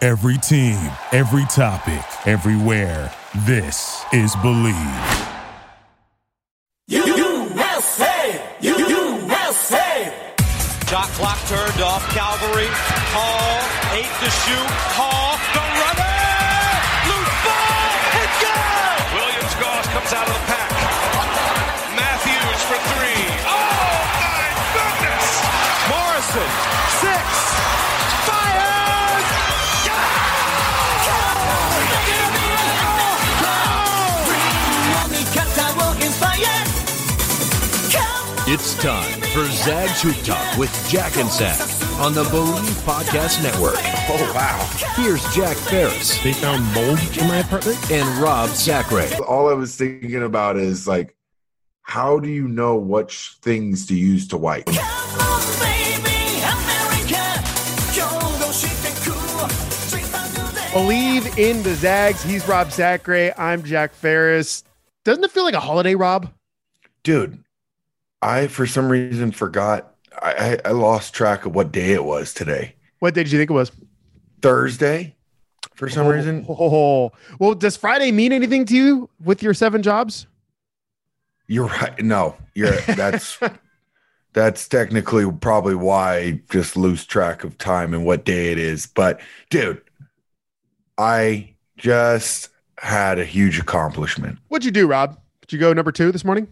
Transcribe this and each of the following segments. Every team, every topic, everywhere. This is Believe. USA! USA! Shot clock turned off. Calvary. Hall. Eight to shoot. Hall. The runner. Loose ball. It's good. Williams Goss comes out of the pack. Matthews for three. Oh, my goodness. Morrison. Six. Fires. It's time for Zag's Hoop Talk with Jack and Zag on the Believe Podcast Network. Oh, wow. Here's Jack Ferris They found mold in my apartment. and Rob Sacre. All I was thinking about is like, how do you know what sh- things to use to wipe? Believe in the Zags. He's Rob Sacre. I'm Jack Ferris. Doesn't it feel like a holiday, Rob? Dude, I for some reason forgot. I, I, I lost track of what day it was today. What day did you think it was? Thursday, for some reason. Oh, well, does Friday mean anything to you with your seven jobs? You're right. No, you're that's that's technically probably why I just lose track of time and what day it is. But dude, I just had a huge accomplishment. What'd you do, Rob? Did you go number two this morning?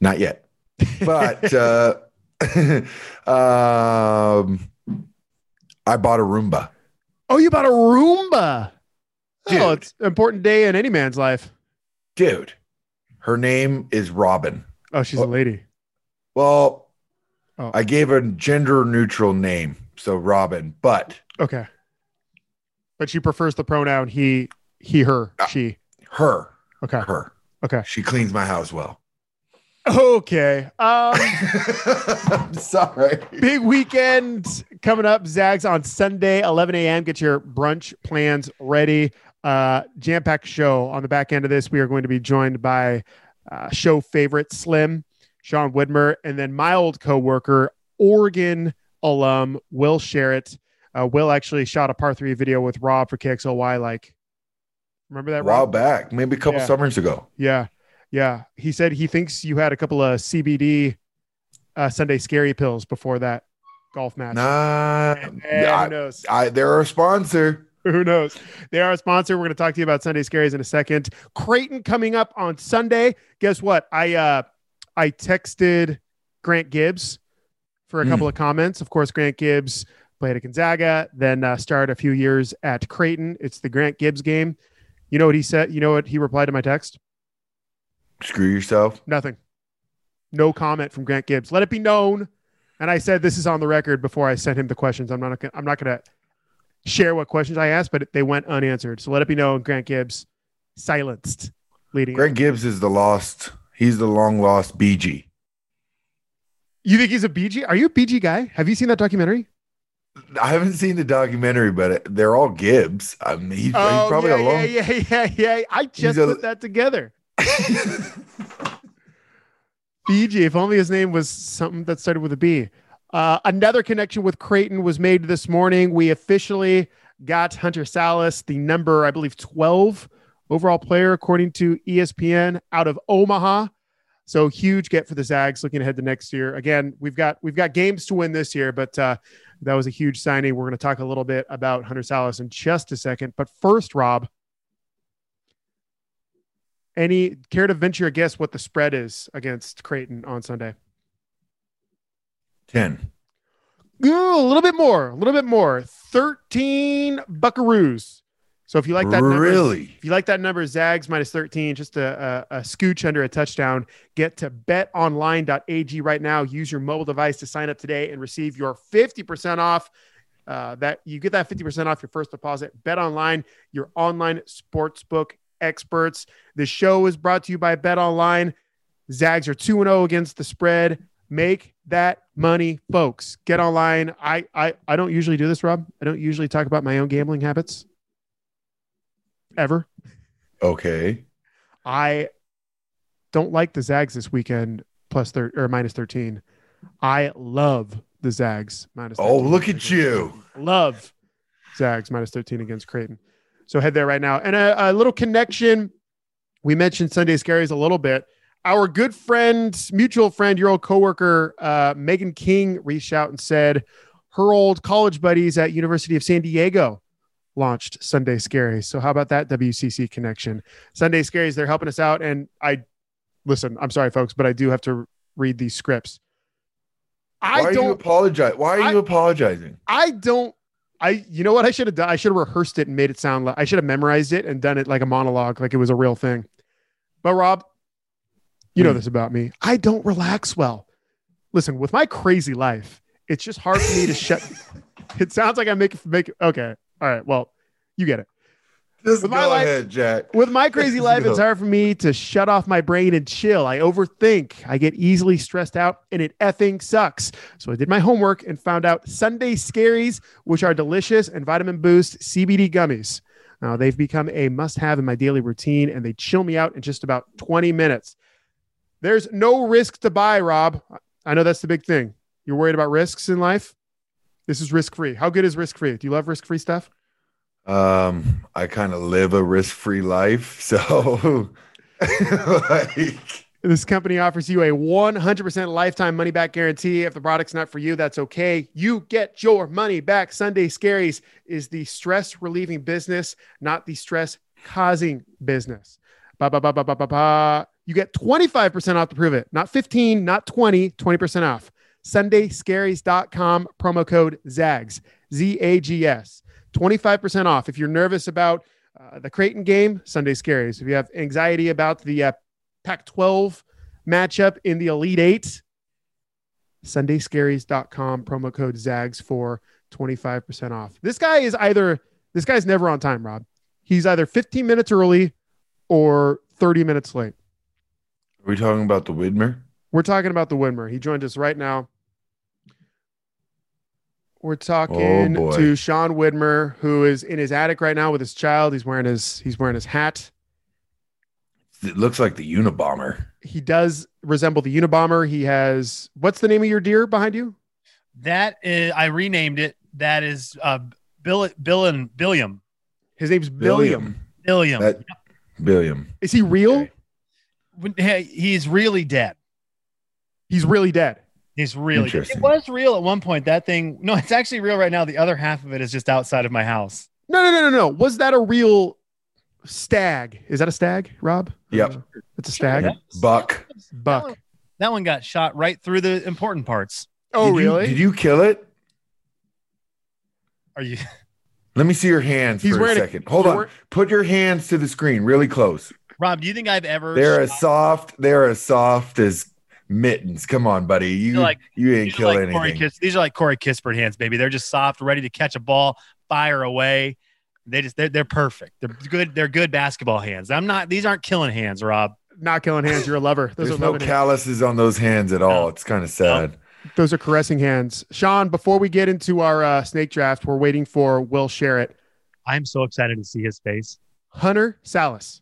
Not yet. But uh, um, I bought a Roomba. Oh, you bought a Roomba. Oh, Dude. it's an important day in any man's life. Dude, her name is Robin. Oh, she's a Well- lady. Well, Oh. I gave her a gender neutral name. So Robin, but Okay. But she prefers the pronoun he, he, her, Ah. she. her, Okay. her. Okay. She cleans my house well. Okay. Um, I'm sorry. Big weekend coming up, Zags, on Sunday, 11 a.m. Get your brunch plans ready. Uh, Jam packed show on the back end of this. We are going to be joined by uh, show favorite Slim, Sean Widmer, and then my old coworker, Oregon alum, Will Sherritt. Uh, Will actually shot a par three video with Rob for KXLY. Like, remember A that, while Rob? back, maybe a couple Yeah. summers ago. Yeah. Yeah. He said he thinks you had a couple of CBD uh, Sunday scary pills before that golf match. Nah, Eh, who I, knows? I, they're a sponsor. Who knows? They are a sponsor. We're going to talk to you about Sunday Scaries in a second. Creighton coming up on Sunday. Guess what? I uh, I texted Grant Gibbs for a Mm. couple of comments. Of course, Grant Gibbs played at Gonzaga, then uh, started a few years at Creighton. It's the Grant Gibbs game. You know what he said? You know what he replied to my text? Screw yourself. Nothing. No comment from Grant Gibbs. Let it be known. And I said this is on the record before I sent him the questions. I'm not gonna, I'm not going to share what questions I asked, but they went unanswered. So let it be known, Grant Gibbs silenced leading. Greg Gibbs is the lost. He's the long lost BG. You think he's a BG? Are you a BG guy? Have you seen that documentary? I haven't seen the documentary, but they're all Gibbs. I mean, he's, he's probably Oh, yeah, a long. yeah, yeah, yeah, yeah. I just a- put that together. BG, if only his name was something that started with a B. Uh, another connection with Creighton was made this morning. We officially got Hunter Salas, the number, I believe, 12 overall player, according to E ESPN, out of Omaha. So huge get for the Zags looking ahead to next year. Again, we've got we've got games to win this year, but uh, that was a huge signing. We're going to talk a little bit about Hunter Salas in just a second. But first, Rob, any care to venture a guess what the spread is against Creighton on Sunday? Ten. Ooh, a little bit more, a little bit more. 13 buckaroos. So if you like that number, really? if you like that number, Zags minus 13, just a, a, a scooch under a touchdown. Get to betonline.ag right now. Use your mobile device to sign up today and receive your 50% off. Uh, that you get that 50% off your first deposit. Bet online, your online sportsbook experts. The show is brought to you by Bet Online. Zags are 2 0 against the spread. Make that money, folks. Get online. I, I I don't usually do this, Rob. I don't usually talk about my own gambling habits. Ever. Okay. I don't like the Zags this weekend plus thir- or minus 13. I love the Zags minus Oh, 13. look at you. Love. Zags minus 13 against Creighton. So head there right now. And a, a little connection. We mentioned Sunday Scaries a little bit. Our good friend, mutual friend, your old coworker, uh, Megan King, reached out and said her old college buddies at University of San Diego launched Sunday Scaries. So how about that WCC connection? Sunday Scaries, they're helping us out. And I listen. I'm sorry, folks, but I do have to read these scripts. Why I are you don't apologize? Why are you apologizing? I don't. I you know what I should have done? I should have rehearsed it and made it sound like I should have memorized it and done it like a monologue, like it was a real thing. But Rob, you know this about me. I don't relax well. Listen, with my crazy life, it's just hard for me to shut. It sounds like I make make okay. All right, well, you get it. Just go With my life- ahead, Jack. With my crazy life, it's hard for me to shut off my brain and chill. I overthink. I get easily stressed out, and it effing sucks. So I did my homework and found out Sunday Scaries, which are delicious and vitamin boost CBD gummies. Now they've become a must-have in my daily routine, and they chill me out in just about 20 minutes. There's no risk to buy, Rob. I know that's the big thing. You're worried about risks in life. This is risk-free. How good is risk-free? Do you love risk-free stuff? Um, I kind of live a risk-free life, so like, This company offers you a 100% lifetime money back guarantee. If the product's not for you, that's okay. You get your money back. Sunday Scaries is the stress relieving business, not the stress causing business. Ba, ba, ba, ba, ba, ba, ba. You get 25% off to prove it, not 15, not 20, 20% off. SundayScaries.com, promo code ZAGS, Z A G S. 25% off. If you're nervous about uh, the Creighton game, Sunday Scaries. If you have anxiety about the uh, Pac 12 matchup in the Elite Eight. SundayScaries.com, promo code ZAGS for 25% off. This guy is either, this guy's never on time, Rob. He's either 15 minutes early or 30 minutes late. are we talking about the Widmer? We're talking about the Winmer. He joined us right now. We're talking boy. to Sean Widmer, who is in his attic right now with his child. He's wearing his he's wearing his hat. It looks like the Unabomber. He does resemble the Unabomber. He has what's the name of your deer behind you? That is, I renamed it. That is uh, Bill, Bill and Billiam. His name's Billiam. Billiam. That Billiam. Is he real? Okay. When- hey, He's really dead. He's really dead. He's really dead. Interesting. It was real at one point. That thing, no, it's actually real right now. The other half of it is just outside of my house. No, no, no, no, no. Was that a real stag? Is that a stag, Rob? Yep. Uh, It's a stag. That- Buck. Buck. That one got shot right through the important parts. Oh, Did you- really? did you kill it? Are you? Let me see your hands He's for a wearing a- second. Hold you're on. wear- Put your hands to the screen really close. Rob, do you think I've ever They're shot- as soft. They're as soft as mittens. Come on, buddy. You like- you ain't these kill are like Corey anything. Kis- these are like Corey Kispert hands, baby. They're just soft, ready to catch a ball, fire away. They just they're, they're perfect. They're good. They're good basketball hands. I'm not. These aren't killing hands, Rob. Not killing hands. You're a lover. Those There's are no loving hands. calluses on those hands at all. It's kind of sad. Those are caressing hands. Sean, before we get into our uh, snake draft, we're waiting for Will Sherritt. I'm so excited to see his face. Hunter Salas.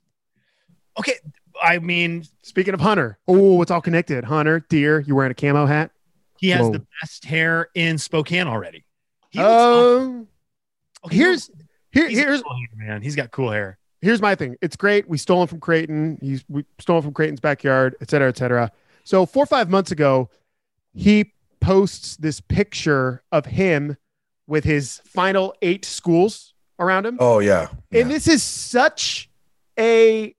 Okay, I mean Speaking of Hunter, oh, it's all connected. Hunter, deer, you wearing a camo hat? he has Whoa. the best hair in Spokane already. He looks awesome. Um, Okay, here's here, he's got here's cool hair, man. He's got cool hair. here's my thing. It's great. We stole him from Creighton. He's we stole him from Creighton's backyard, et cetera, et cetera. So four or five months ago, he posts this picture of him with his final eight schools around him. Oh yeah. Yeah. And this is such a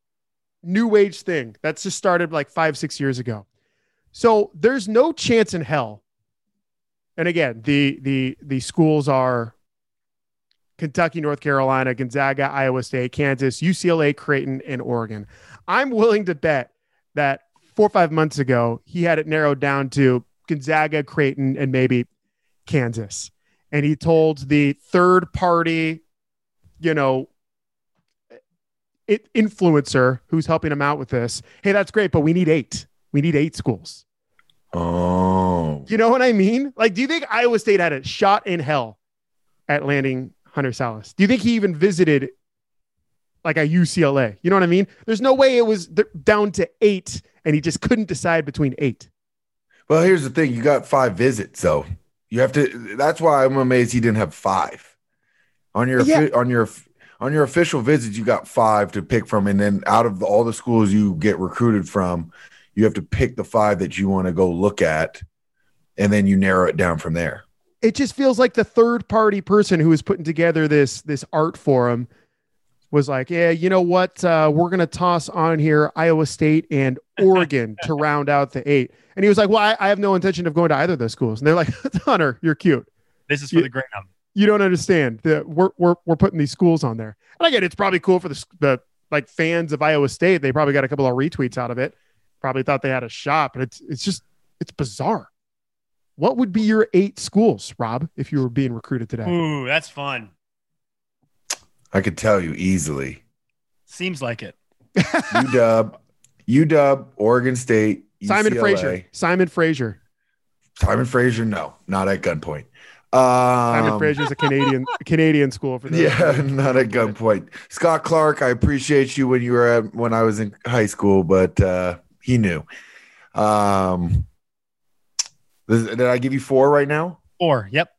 new age thing that's just started like five, six years ago. So there's no chance in hell. And again, the the the schools are Kentucky, North Carolina, Gonzaga, Iowa State, Kansas, UCLA, Creighton, and Oregon. I'm willing to bet that four or five months ago, he had it narrowed down to Gonzaga, Creighton, and maybe Kansas. And he told the third party you know it influencer who's helping him out with this hey that's great but we need eight we need eight schools Oh. you know what i mean like do you think iowa state had a shot in hell at landing hunter salas do you think he even visited like a ucla you know what i mean there's no way it was th- down to eight and he just couldn't decide between eight Well, here's the thing. You got five visits, so you have to. That's why I'm amazed he didn't have five. On your Yeah. fi- on your on your official visits, you got five to pick from, and then out of the, all the schools you get recruited from, you have to pick the five that you want to go look at, and then you narrow it down from there. it just feels like the third party person who was putting together this this art forum was like, yeah, you know what? Uh, we're gonna toss on here Iowa State and Oregon to round out the eight. And he was like, well, I, I have no intention of going to either of those schools. And they're like, Hunter, you're cute. This is for Yeah. the great number. You don't understand that we're we're we're putting these schools on there. And again, it's probably cool for the s- the like fans of Iowa State. They probably got a couple of retweets out of it. Probably thought they had a shot, but it's it's just it's bizarre. What would be your eight schools, Rob, if you were being recruited today? Ooh, that's fun. I could tell you easily. Seems like it. UW, UW, Oregon State, Simon UCLA. Fraser. Simon Fraser. Simon Fraser, no, not at gunpoint. Um, Simon Fraser is a Canadian Canadian school for the Yeah, not at gunpoint. Scott Clark, I appreciate you when you were at, when I was in high school, but uh, he knew. Um, this- did I give you four right now? Four. Yep.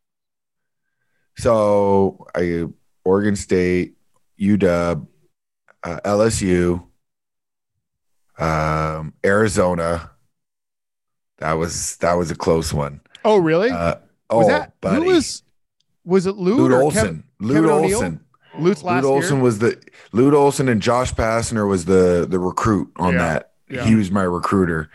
So I Oregon State, UW, uh, LSU, um, Arizona. That was that was a close one. Oh, really? Uh, was oh, that buddy. who was was it Lute, Lute or Olson? Kevin, Lute Kevin O'Neal? Olson. Lute's last Lute Olson year? was the Lute Olson and Josh Passner was the the recruit on Yeah, that. yeah. He was my recruiter.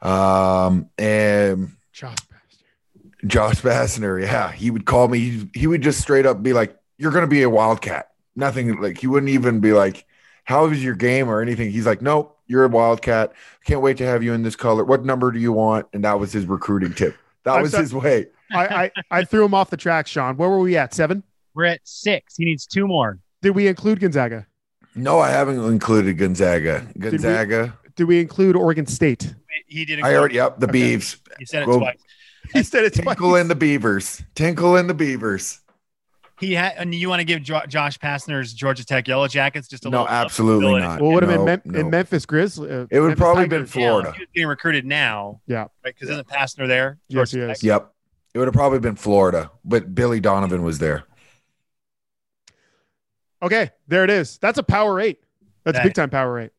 Um and Josh Bastard. Josh Passner, yeah, he would call me. He, he would just straight up be like, "You're gonna be a Wildcat." Nothing like he wouldn't even be like, "How is your game?" or anything. He's like, "Nope, you're a Wildcat. Can't wait to have you in this color. What number do you want?" And that was his recruiting tip. That I'm was so- his way. I, I, I threw him off the track, Sean. Where were we at? Seven? We're at six. He needs two more. Did we include Gonzaga? No, I haven't included Gonzaga. we- Gonzaga. Did we include Oregon State? He didn't. I already. Yep, the Okay. Beavs. He said it Go- twice. He said it's Tinkle and the Beavers. Tinkle and the Beavers. He had. And you want to give jo- Josh Passner's Georgia Tech Yellow Jackets just a No, little absolutely flexibility. not. Well, would have been No, Mem- no. in Memphis Grizzly. uh, It would Memphis probably Tigers. been Yeah, Florida. He was getting recruited now. Yeah. Right. Because isn't Passner there? Yes, Georgia he Tech? is. Yep. It would have probably been Florida, but Billy Donovan was there. Okay, there it is. That's a power eight. That's That- big time power eight.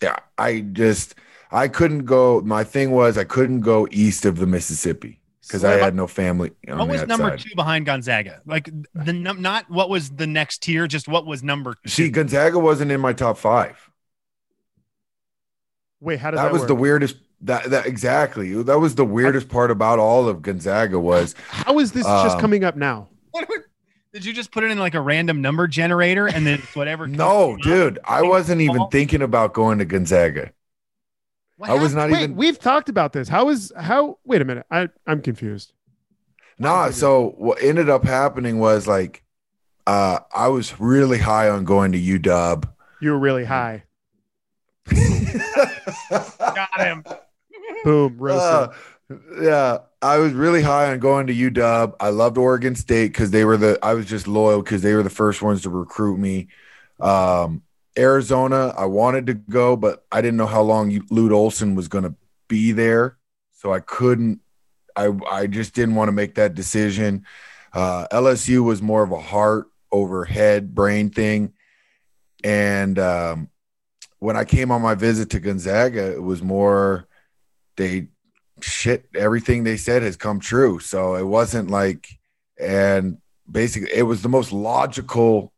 Yeah. I just I couldn't go. My thing was I couldn't go east of the Mississippi because I Slim, had no family. On What was that number side. two behind Gonzaga? Like the num- not what was the next tier, just what was number two. See, Gonzaga wasn't in my top five. Wait, how does that, That was work? the weirdest. That, that exactly. That was the weirdest part about all of Gonzaga was How is this just Um, coming up now? What would- did you just put it in like a random number generator and then it's whatever? comes no, up? dude. I wasn't even thinking about going to Gonzaga. What I was happened? not Wait, even. we've talked about this. How is how? Wait a minute. I I'm confused. Nah, Maybe. so what ended up happening was like uh I was really high on going to UW. You were really high. Boom, roasted. Uh, yeah, I was really high on going to UW. I loved Oregon State because they were the I was just loyal because they were the first ones to recruit me. Um Arizona, I wanted to go, but I didn't know how long you- Lute Olson was going to be there, so I couldn't. I I just didn't want to make that decision. Uh, LSU was more of a heart over head brain thing, and um, when I came on my visit to Gonzaga, it was more they shit everything they said has come true. So it wasn't like and basically it was the most logical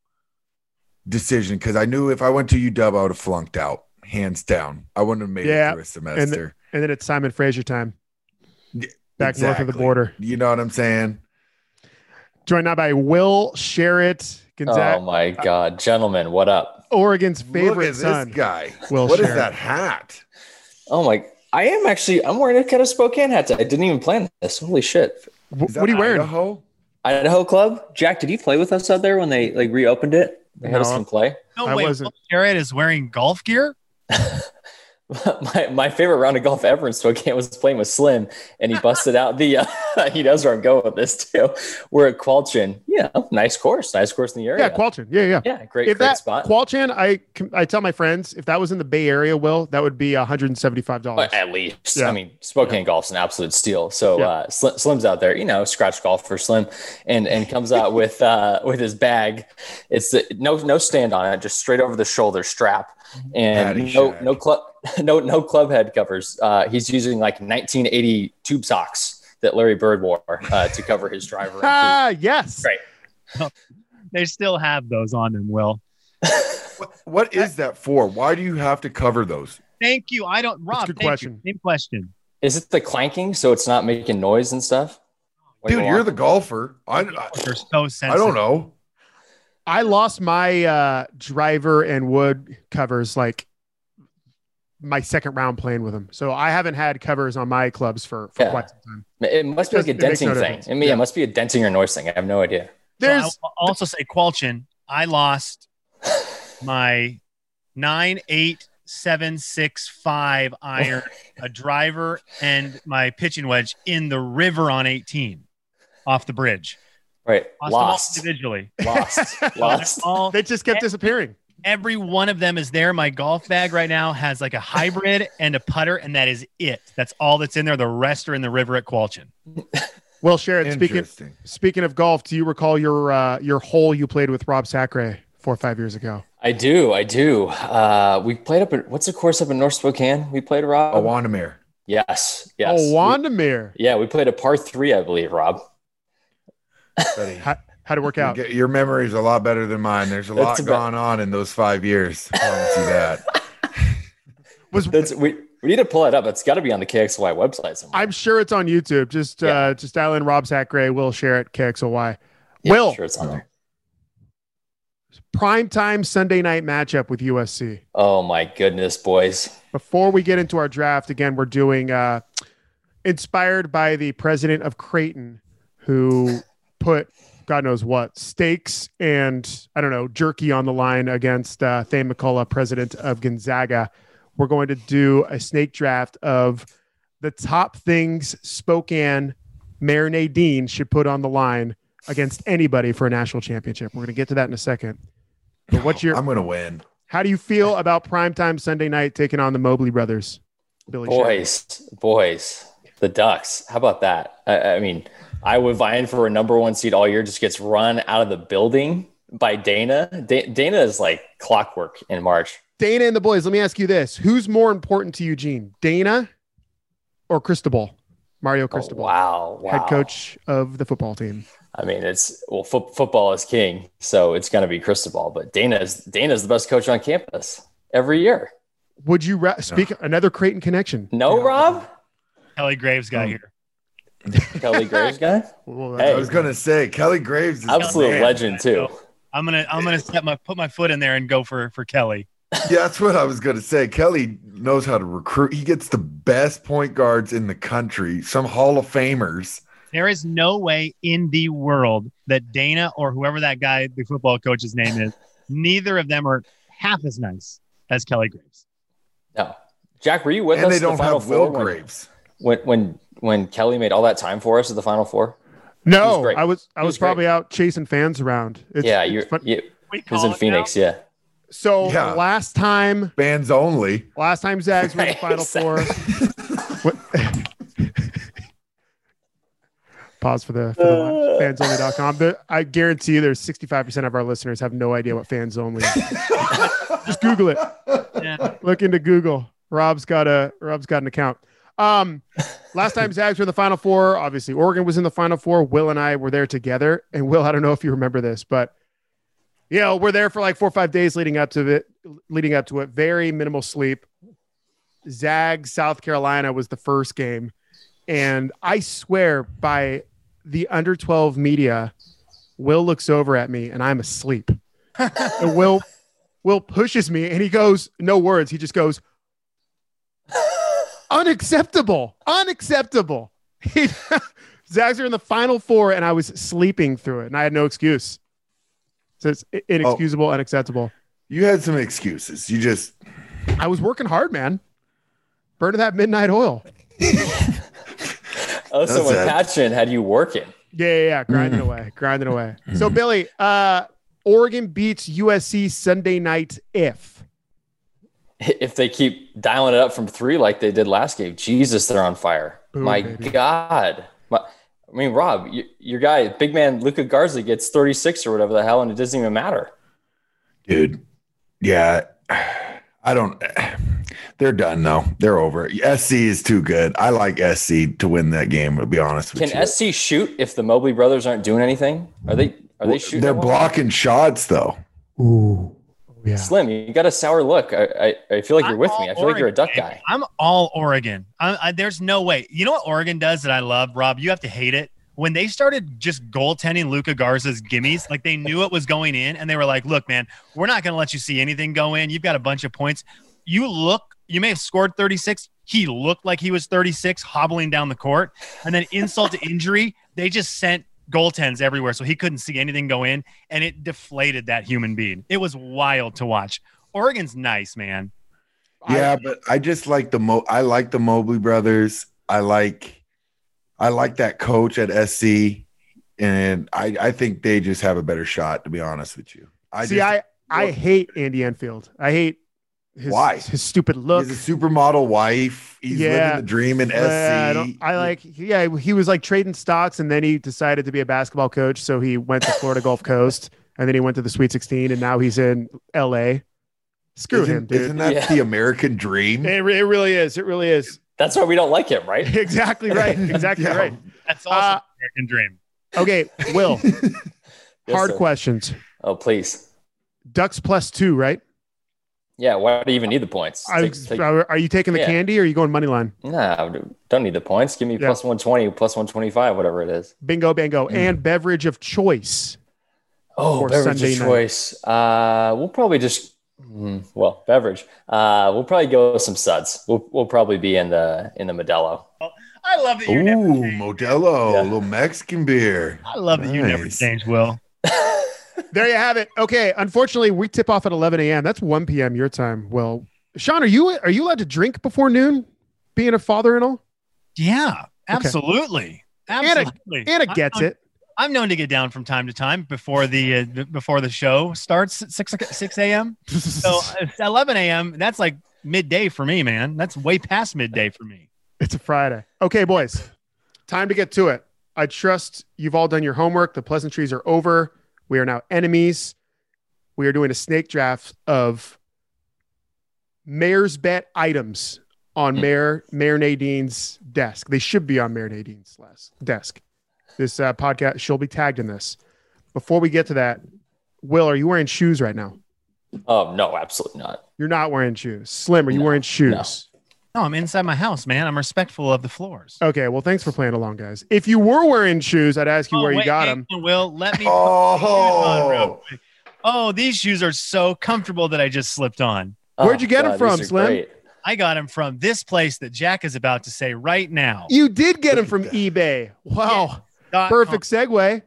decision because I knew if I went to UW, I would have flunked out hands down. I wouldn't have made Yeah, it through a semester. and then it's Simon Fraser time. Yeah, Back north of the exactly. border. You know what I'm saying? Joined now by Will Sherritt, Oh Gonzaga, my God, gentlemen, what up? Oregon's Look favorite at son. this guy. Will What is Sherritt. that hat? Oh my, I am actually, I'm wearing a kind of Spokane hat. today. I didn't even plan this. Holy shit. Wh- Is What that are you wearing? Idaho? Idaho Club. Jack, did you play with us out there when they like reopened it? They had us No. come play. No, I wait, wasn't. Will Jarrett is wearing golf gear. my, my favorite round of golf ever in Spokane was playing with Slim, and he busted out the. Uh, he knows where I'm going with this too. We're at Qualchin. Yeah, nice course, nice course in the area. Yeah, Qualchin. Yeah, yeah. yeah, great, If great that spot. Qualchan, I I tell my friends if that was in the Bay Area, Will that would be one hundred and seventy five dollars. But uh, at least, Yeah. I mean, Spokane golf's an absolute steal. So Yeah. uh, Slim, Slim's out there, you know, scratch golf for Slim, and and comes out with uh, with his bag. It's the, no no stand on it, just straight over the shoulder strap, and Patty no shack. no club no no club head covers. Uh, he's using like 1980 tube socks that Larry Bird wore uh, to cover his driver. and Ah, yes. Right. They still have those on them, Will. What, what is that for? Why do you have to cover those? Thank you. I don't, Rob. a good thank you. question. Same question. food. Is it the clanking so it's not making noise and stuff? When Dude, you you're walk? the golfer. I, I, They're so sensitive. I don't know. I lost my uh, driver and wood covers like my second round playing with them, so I haven't had covers on my clubs for, for Yeah. quite some time. It must be like a It makes no denting thing. difference. I mean, Yeah. it must be a denting or noise thing. I have no idea. So I There's will also say Qualchin. I lost my nine eight seven six five iron, a driver, and my pitching wedge in the river on eighteen, off the bridge. Right. Lost, Lost. them all individually. Lost. So they're Lost. all- they just kept disappearing. every one of them is there. My golf bag right now has like a hybrid and a putter, and that is it. That's all that's in there. The rest are in the river at Qualchin. Well, Sharon, speaking Interesting. speaking of golf, do you recall your uh, your hole you played with Rob Sacre four or five years ago? I do. I do. Uh, we played up at what's the course up in North Spokane? We played Rob. A Wandamere. yes. Yes. Oh, Wandamere. We- yeah, we played a par three, I believe, Rob. buddy. How, how'd it work out? Your- Your memory's a lot better than mine. There's a lot That's about- gone on in those five years. I promise you that. Was That's we we need to pull it up. It's got to be on the KXY website somewhere. I'm sure it's on YouTube. Just Yeah. uh, just dial in Rob Sacre. We'll share it. KXLY. Yeah, Will sure it's on there. prime time Sunday night matchup with USC. Oh my goodness, boys. Before we get into our draft, again, we're doing uh, inspired by the president of Creighton, who put God knows what steaks and I don't know jerky on the line against uh, Thane McCullough, president of Gonzaga. We're going to do a snake draft of the top things Spokane Mayor Nadine should put on the line against anybody for a national championship. We're going to get to that in a second. But what's your I'm gonna win. how do you feel about primetime Sunday night taking on the Mobley brothers? Billy Shepard? Boys, boys, the Ducks. How about that? I, I mean, Iowa vying for a number one seed all year just gets run out of the building by Dana. Da- Dana is like clockwork in March. Dana and the boys, let me ask you this. Who's more important to Eugene, Dana or Cristobal? Mario Oh, Cristobal, wow, wow. head coach of the football team. I mean, it's well, fo- football is king, so it's going to be Cristobal. But Dana is Dana is the best coach on campus every year. Would you ra- speak another Creighton connection? No, Rob, Kelly Graves got Oh. here. Kelly Graves guy, Well, Hey. I was gonna say Kelly Graves is the absolute man. legend too. I'm gonna I'm gonna set my put my foot in there and go for for Kelly. Yeah, that's what I was gonna say. Kelly knows how to recruit. He gets the best point guards in the country. Some Hall of Famers. There is no way in the world that Dana or whoever that guy, the football coach's name is, neither of them are half as nice as Kelly Graves. No, Jack, were you with and us? they at the don't Final have Will Four when- Graves. when when when Kelly made all that time for us at the Final Four. He was no, great. I was I He was, was great. probably out chasing fans around. It's- yeah, it's you're, fun- you, We it was in Phoenix. Yeah, So Yeah. last time, Bands only. last time Zags were in the Right, final four. What- Pause for the, for the fansonly.com. There, I guarantee you there's 65% of our listeners have no idea what fans only is. Just Google it. Yeah. Look into Google. Rob's got a Rob's got an account. Um, last time Zags were in the final four, obviously Oregon was in the final four. Will and I were there together. And Will, I don't know if you remember this, but you know, we're there for like four or five days leading up to it, leading up to it. Very minimal sleep. Zag, South Carolina was the first game. And I swear by the under 12 media, Will looks over at me and I'm asleep. and Will Will pushes me and he goes, no words. He just goes, unacceptable, unacceptable. He, Zags are in the final four and I was sleeping through it and I had no excuse. So it's i- inexcusable, unacceptable. You had some excuses. You just I was working hard, man. Heard of that midnight oil? Oh, so That's when it. Patchin had you working, Yeah, yeah, yeah. grinding away, grinding away. So Billy, uh, Oregon beats USC Sunday night. If if they keep dialing it up from three like they did last game, Jesus, they're on fire. Boom, My baby. God. My, I mean, Rob, you, your guy, big man Luca Garza gets 36 or whatever the hell, and it doesn't even matter. dude. Yeah, I don't. They're done though. They're over. SC is too good. I like SC to win that game. To be honest with Can you, SC shoot if the Mobley brothers aren't doing anything? Are they are they shooting? They're at one? blocking shots though. yeah, Slim, you got a sour look. I, I, I feel like you're I'm with all me. I feel like you're a Oregon, duck baby. guy. I'm all Oregon. I, I, there's no way. You know what Oregon does that I love, Rob? You have to hate it. When they started just goaltending Luca Garza's gimmies, like they knew it was going in, and they were like, "Look, man, we're not going to let you see anything go in. You've got a bunch of points. You look. You may have scored 36. He looked like he was 36, hobbling down the court, and then insult to injury, they just sent goaltends everywhere, so he couldn't see anything go in, and it deflated that human being. It was wild to watch. Oregon's nice, man. Yeah, but I just like the Mo. I like the Mobley brothers. I like, I like that coach at SC, and I I think they just have a better shot. To be honest with you, I see, just, I I hate Andy Enfield. I hate his Why? his stupid look. he's a supermodel wife. He's Yeah. living the dream in SC. Yeah, I, don't- I like, yeah, he was like trading stocks and then he decided to be a basketball coach. So he went to Florida Gulf Coast and then he went to the Sweet 16 and now he's in LA. Screw isn't, him, dude. Isn't that Yeah. the American dream? it, re- it really is. It really is. That's why we don't like him, right? Exactly right. Exactly Yeah. right. That's also Uh, American dream. okay, Will, Yes, hard sir. questions. Oh, please. Ducks plus two, right? Yeah, why do you even need the points? I Take- was- take- are are you taking the yeah. candy or are you going money line? nah, don't need the points. Give me Yeah. plus 120, plus 125, whatever it is. Bingo, bango. And beverage of choice. Oh, for beverage Sunday of night? choice. Uh, we'll probably just hmm, well beverage. Uh, we'll probably go with some suds. We'll we'll probably be in the in the Modelo. I love that Ooh, you never. Modelo, Yeah. a little Mexican beer. I love that you never Nice. change, Will. There you have it. Okay. Unfortunately, we tip off at 11 a.m. That's 1 p.m. your time. Well, Sean, are you are you allowed to drink before noon? Being a father and all, Yeah, absolutely. Anna- Absolutely. Anna gets I'm, it. I'm known to get down from time to time before the uh, b- before the show starts at six o'clock- six a.m. So uh, it's 11 a.m. That's like midday for me, man. That's way past midday for me. It's a Friday. Okay, boys, time to get to it. I trust you've all done your homework. The pleasantries are over. We are now enemies. We are doing a snake draft of mayor's bet items on Mayor Mayor Nadine's desk. They should be on Mayor Nadine's last desk. This uh, podcast, she'll be tagged in this. Before we get to that, Will, are you wearing shoes right now? Oh no, absolutely not. You're not wearing shoes. Slim, are you wearing shoes? No, I'm inside my house, man. I'm respectful of the floors. Okay, well, thanks for playing along, guys. If you were wearing shoes, I'd ask you Oh, where you wait, got hang them. on, Will, let me. Oh, Oh, these shoes are so comfortable that I just slipped on. Where'd you get 'em Oh, God, from, these are Slim? great. I got him from this place that Jack is about to say right now. You did get them at from that. eBay. Wow. Dot com. Perfect segue.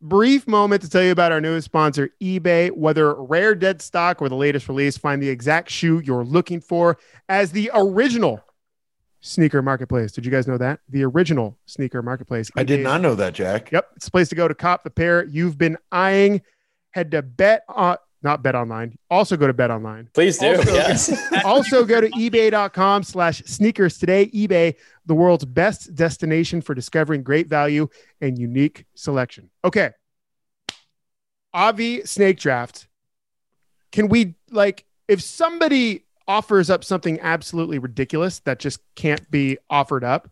Brief moment to tell you about our newest sponsor, eBay. Whether rare dead stock or the latest release, find the exact shoe you're looking for as the original sneaker marketplace. Did you guys know that? The original sneaker marketplace. I did eBay. not know that, Jack. Yep. It's a place to go to cop the pair you've been eyeing. Head to bet on, not bet online. Also go to bet online. Please do. Also- yes. also go to ebay.com slash sneakers today ebay the world's best destination for discovering great value and unique selection okay avi snake draft can we like if somebody offers up something absolutely ridiculous that just can't be offered up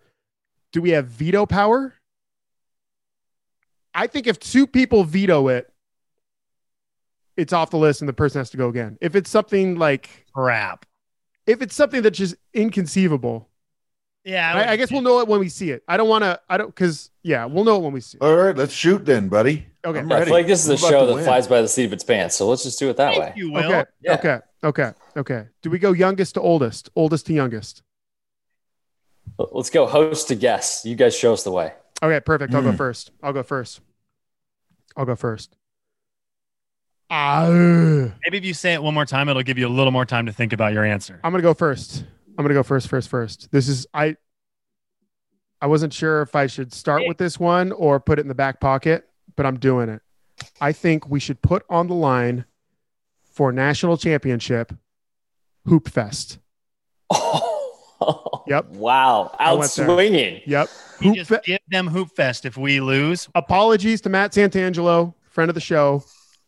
do we have veto power i think if two people veto it it's off the list and the person has to go again if it's something like crap. if it's something that's just inconceivable, Yeah, I, I guess we'll know it when we see it. I don't want to. I don't because yeah, we'll know it when we see. it. All right, let's shoot then, buddy. Okay. I'm I ready. feel like this is I'm a about show to that win. flies by the seat of its pants. So let's just do it that Thank way. you, Will. Okay. Yeah. Okay. Okay. Okay. Do we go youngest to oldest? Oldest to youngest. L- Let's go host to guest. You guys show us the way. Okay. Perfect. I'll go first. I'll go first. I'll go first. Ah, ugh. Maybe if you say it one more time, it'll give you a little more time to think about your answer. I'm gonna go first. I'm gonna go first, first, first. This is I. I wasn't sure if I should start with this one or put it in the back pocket, but I'm doing it. I think we should put on the line for national championship, Hoop Fest. Oh, Yep. Wow. Out went there. swinging. Yep. You Hoop just Fe- give them hoop fest if we lose. apologies to Matt Santangelo, friend of the show.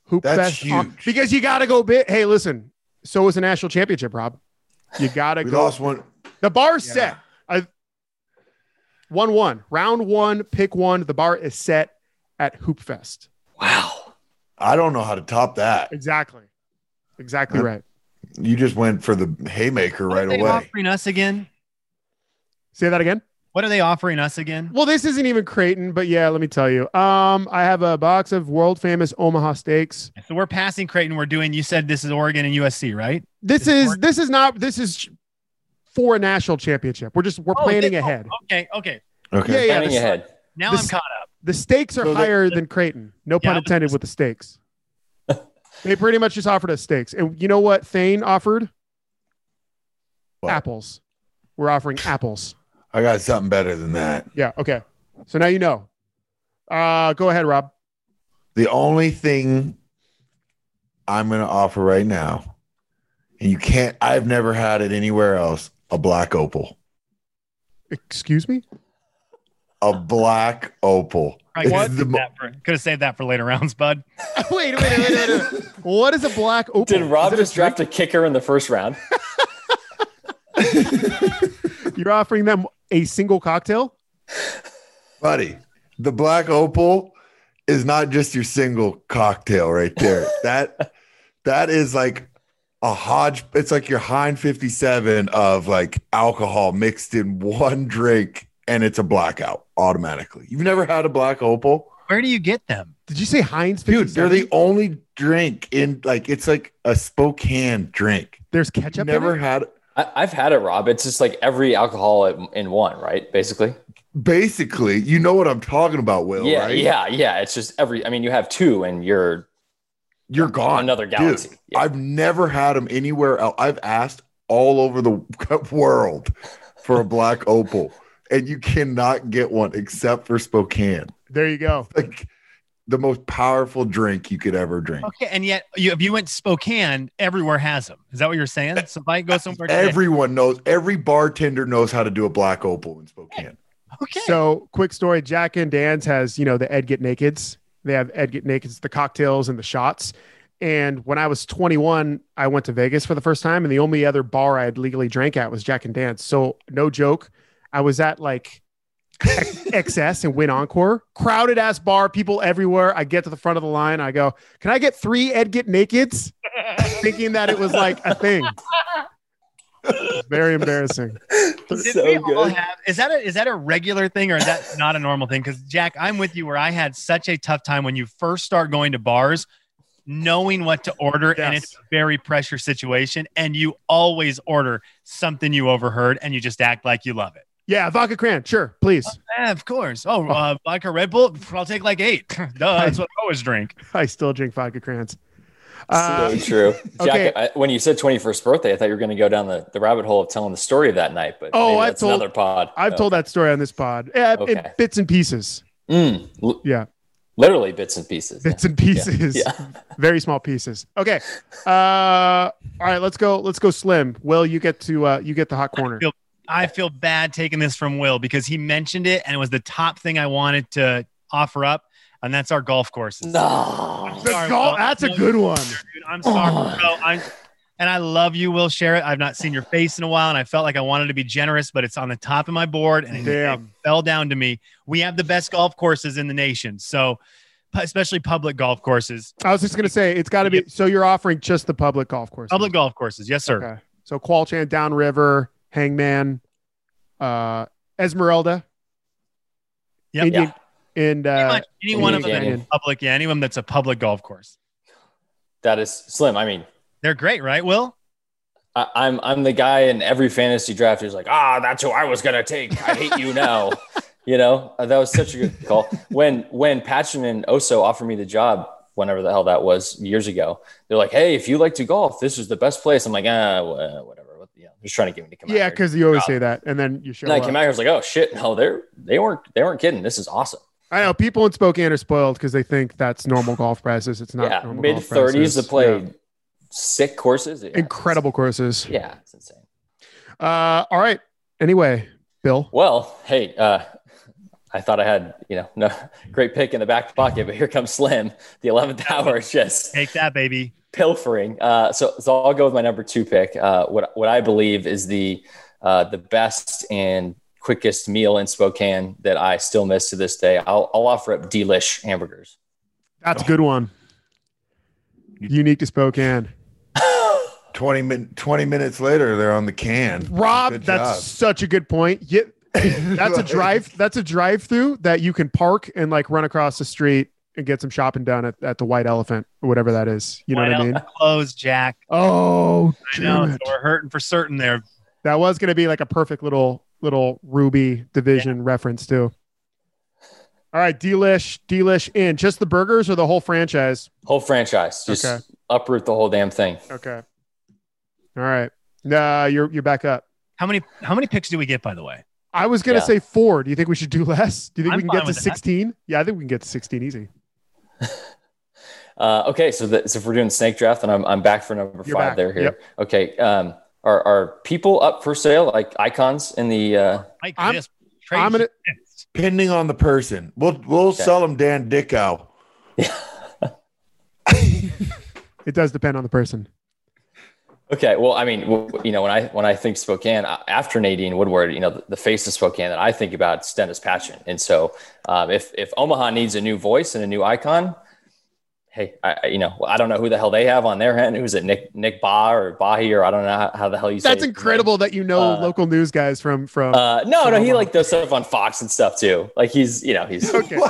Hoop That's Fest on- huge. because you got to go bit. Hey, listen, so was the national championship, Rob. You got to We go. lost one. The bar's Yeah. set. I one one round one pick one. The bar is set at Hoop Fest. Wow. I don't know how to top that. Exactly, exactly Huh? right. You just went for the haymaker What right are they away. offering us again? Say that again. What are they offering us again? Well, this isn't even Creighton, but yeah, let me tell you. Um, I have a box of world famous Omaha steaks. So we're passing Creighton. We're doing. You said this is Oregon and USC, right? This This is morning? this is not this is for a national championship. We're just we're Oh, planning this- ahead. Okay, okay. Okay. Yeah, yeah. Planning the- ahead. Now This- I'm caught up. The stakes are So they- higher than Creighton. No Yeah, pun I was intended with the stakes. they pretty much just offered us stakes. And you know what Thane offered? What? Apples. We're offering apples. I got something better than that. Yeah, okay. So now you know. Uh go ahead, Rob. The only thing I'm going to offer right now, and you can't, I've never had it anywhere else a black opal. Excuse me? A black opal. I It's could have the saved mo- that for- could have saved that for later rounds, bud. wait, wait, wait, wait, wait, wait. What is a black opal? Did Rob Is it a just draft a kicker in the first round? drink? You're offering them a single cocktail? Buddy, the black opal is not just your single cocktail right there. that that is like a hodge. It's like your Hind 57 of like alcohol mixed in one drink, and it's a blackout automatically. You've never had a black opal, Where do you get them? Did you say Heinz? dude. They're 57? the only drink in like it's like a Spokane drink. There's You've ketchup. never in it? had I, I've had it, Rob. It's just like every alcohol in- in one, right? Basically. basically. You know what I'm talking about, Will? yeah, right? yeah, yeah. It's just every. I mean, you have two, and you're You're gone. another galaxy. Dude, Yeah. I've never had them anywhere else. I've asked all over the world for a black opal, and you cannot get one except for Spokane. There you go. Like the most powerful drink you could ever drink. Okay, and yet you, if you went to Spokane, everywhere has them. Is that what you're saying? So if I go somewhere, today- Everyone knows, every bartender knows how to do a black opal in Spokane. okay, So, quick story: Jack and Dan's has you know the Ed Get Naked's. They have Ed Get Naked's, the cocktails and the shots. And when I was 21, I went to Vegas for the first time, and the only other bar I had legally drank at was Jack and Dan's. So, no joke, I was at like X- XS and Win Encore, crowded ass bar, people everywhere. I get to the front of the line, I go, "Can I get three Ed Get Naked's?" Thinking that it was like a thing. Very embarrassing. Did we all have- is that a, is that a regular thing or is that not a normal thing? Because Jack, I'm with you where I had such a tough time when you first start going to bars, knowing what to order, and Yes. it's a very pressure situation, and you always order something you overheard, and you just act like you love it. Yeah, vodka cran, sure, please. Yeah, of course. Oh, uh, vodka Red Bull. I'll take like eight. Duh, that's what I always drink. I still drink vodka crayons. so Uh, true. Jack, okay. I, when you said 21st birthday, I thought you were going to go down the, the rabbit hole of telling the story of that night, but Oh, maybe I've that's told- another pod. I've Oh. told that story on this pod, uh, in Okay. bits and pieces. Mm, l- Yeah. Literally bits and pieces. Bits and pieces, Yeah. very small pieces. Okay. Uh, all right, let's go. Let's go slim. Will you get to uh, you get the hot corner? Feel- I feel bad taking this from Will because he mentioned it, and it was the top thing I wanted to offer up, and that's our golf courses. No. The Sorry, gol- Will. that's a No, good one. dude. I'm sorry, bro. I'm, and I love you, Will Sherritt. I've not seen your face in a while, and I felt like I wanted to be generous, but it's on the top of my board, and it, it Damn. fell down to me. We have the best golf courses in the nation, so pu- especially public golf courses, I was just gonna say it's got to be. So you're offering just the public golf course. public golf courses. Yes, sir. Okay. So Qualchan, Downriver, Hangman, uh, Esmeralda. Yep. Indian, And Pretty uh, much any one of Indian them that's Canyon. public, yeah, anyone that's a public golf course. That is slim. I mean, They're great, right, Will? I, I'm I'm the guy in every fantasy draft who's like, ah, that's who I was gonna take. I hate you now. you know, Uh, that was such a good call. When when Patchen and Oso offered me the job, whenever the hell that was years ago, they're like, hey, if you like to golf, this is the best place. I'm like, ah, wha- whatever. What- you know, just trying to get me to come. out Yeah, here. because you always Uh, say that, and then you show and I up. came out here. I was like, oh shit, no, they're they weren't they weren't kidding. This is awesome. I know people in Spokane are spoiled because they think that's normal golf prices. It's not. yeah, normal mid golf thirties to prices. play Yeah. sick courses. Yeah, it's- incredible courses. Yeah, it's insane. Uh, all right. Anyway, Bill. Well, hey, uh, I thought I had you know no great pick in the back pocket, but here comes Slim. The eleventh hour is just Take that, baby. pilfering. Uh, so, so I'll go with my number two pick. Uh, what what I believe is the uh, the best and quickest meal in Spokane that I still miss to this day. I'll, I'll offer up delish hamburgers. That's a good one. Unique to Spokane. 20, min- 20 minutes later, they're on the can. Rob, Good job. that's such a good point. Yeah, that's a drive. That's a drive-through that you can park and like run across the street and get some shopping done at, at the White Elephant or whatever that is. You know Why what I not mean? Close, Jack. Oh, I know. damn So it. we're hurting for certain there. that was going to be like a perfect little little Ruby division reference too. All right, Delish, Delish in just the burgers or the whole franchise. Whole franchise, just Okay. uproot the whole damn thing. Okay. All right. Nah, you're you're back up. How many how many picks do we get by the way? I was gonna Yeah. say four. Do you think we should do less? Do you think I'm we can get fine to with that. sixteen? Yeah, I think we can get to sixteen easy. Uh, okay, so, the, so if we're doing snake draft, and I'm, I'm back for number You're five back. there. Here, Yep. okay. Um, are are people up for sale like icons in the? Uh, Mike, I'm- this I'm gonna- picks. Depending on the person, we'll we'll Okay. sell them Dan Dicko. It does depend on the person. Okay, well, I mean, w- you know, when I when I think Spokane uh, after Nadine Woodward, you know, the, the face of Spokane that I think about is Dennis Patchen, and so um, if if Omaha needs a new voice and a new icon, hey, I, I- you know, well, I don't know who the hell they have on their hand. Who's it, Nick Nick Ba or Bahi or I don't know how, how the hell you say. That's his name. incredible that you know Uh, local news guys from from. Uh, no, no, he Omaha. like does stuff on Fox and stuff too. Like he's, you know, he's okay. All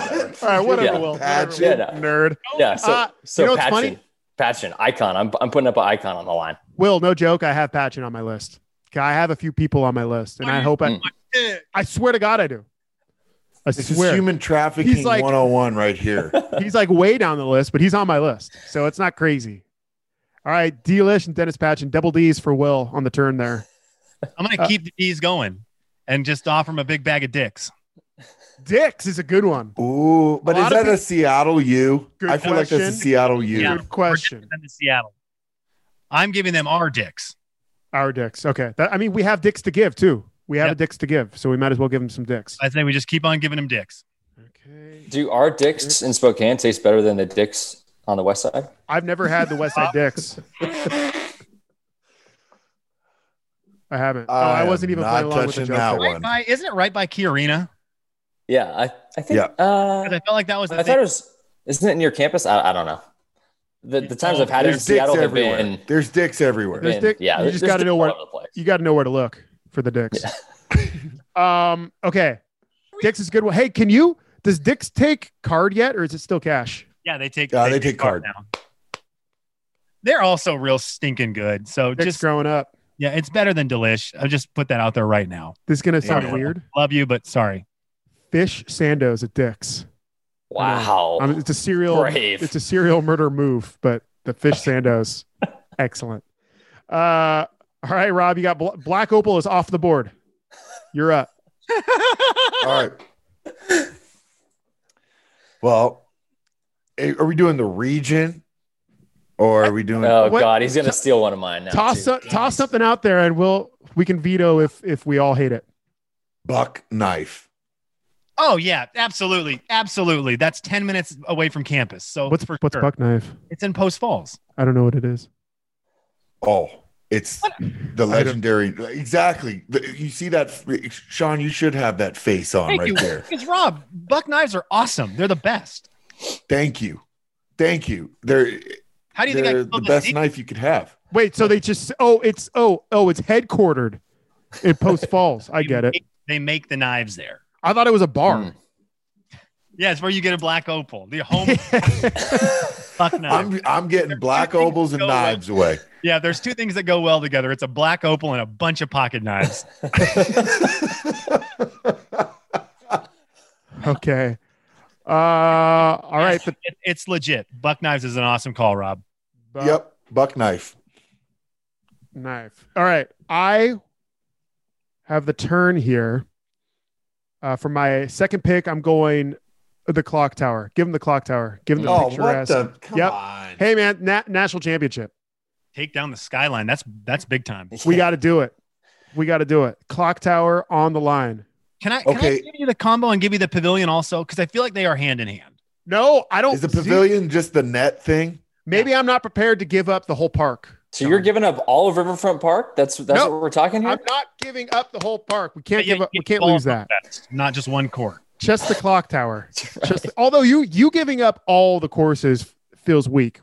right. Whatever. Yeah. Will. Whatever, Patchen. Will. Yeah, no. Nerd. yeah. So Uh, so you know what's Patchen, funny? Patchen, icon. I'm I'm putting up an icon on the line. Will, no joke. I have Patchen on my list. 'Kay, I have a few people on my list, and I hope I. Mm. I swear to God, I do. I This is swear. human trafficking He's like- 101 right here. he's like way down the list, but he's on my list, so it's not crazy. All right, Delish and Dennis Patchen, double D's for Will on the turn there. I'm gonna Uh, keep the D's going and just offer him a big bag of dicks. Dicks is a good one. Ooh, but A is lot of that a peop- Seattle U? I Good feel like that's question. a Seattle U. Yeah. Good question. Send to Seattle. I'm giving them our dicks. Our dicks. Okay. That, I mean, we have dicks to give too. We have Yeah. a dicks to give, so we might as well give him some dicks. I say we just keep on giving them dicks. Okay. Do our dicks in Spokane taste better than the dicks on the west side? I've never had the West Side dicks. I haven't. Oh, I, am wasn't even not playing along with the touching joke. that there. one. Right by, isn't it right by Key Arena? Yeah, I, I think. Yeah. Uh, 'Cause I felt like that was the I thing. thought it was. Isn't it near campus? I, I don't know. The, the times I've had it in There's dicks Seattle have everywhere. been. There's dicks everywhere. There's been- dick- yeah, you there's- just there's gotta dicks know all where- over the place. You got to know where to look for the dicks. um. Okay. Dicks is a good one. Hey, can you? Does Dicks take card yet, or is it still cash? Yeah, they take. Yeah, they take card. now. They're also real stinking good. So Dicks just growing up. yeah, it's better than Delish. I'll just put that out there right now. This is gonna sound Yeah. weird. Love you, but sorry. Fish Sandos at Dicks. Wow. I mean, it's a serial. Brave. It's a serial murder move, but the Fish Sandos, excellent. Uh. All right, Rob. You got Bla- Black Opal is off the board. You're up. All right. Well, eh, are we doing the region or are we doing oh what- God, he's gonna steal one of mine now. toss too. so- toss something out there, and we'll we can veto if if we all hate it. buck knife? Oh yeah, absolutely, absolutely. That's ten minutes away from campus. So What's for what's sure. buck knife? It's in Post Falls. I don't know what it is. Oh, it's the I don't- legendary. Exactly. The- You see that, f- Sean? You should have that face on Thank right you. there. It's Rob. Buck knives are awesome. They're the best. Thank you. Thank you. They're, How do you think I they're spelled the my best name? knife you could have. Wait, so they just oh it's oh oh it's headquartered in Post Falls. I get it. They make the knives there. I thought it was a bar. Yeah, it's where you get a black opal. The home buck knife. I'm I'm getting black Everything's opals and so well. knives away. Yeah, there's two things that go well together. It's a black opal and a bunch of pocket knives. Okay. Uh, all right. The, It- it's legit. Buck knives is an awesome call, Rob. buck yep, buck knife. Knife. All right. I have the turn here. Uh, for my second pick, I'm going the clock tower. Give him the clock tower. Give him the Oh, what picturesque. the? Come Yep. on. Hey man, na- national championship. Take down the skyline. That's that's big time. We got to do it. We got to do it. Clock tower on the line. Can I, can I Okay. give you the combo and give you the pavilion also? Because I feel like they are hand in hand. No, I don't. Is the oh, see- pavilion just the net thing? maybe I'm not prepared to give up the whole park. So you're giving up all of Riverfront Park? That's that's Nope. what we're talking Mm-hmm. here. I'm not giving up the whole park. We Yeah, can't give you up. We get can't all lose of that. That's not just one court. Just the clock tower. Right. Just although you you giving up all the courses feels weak.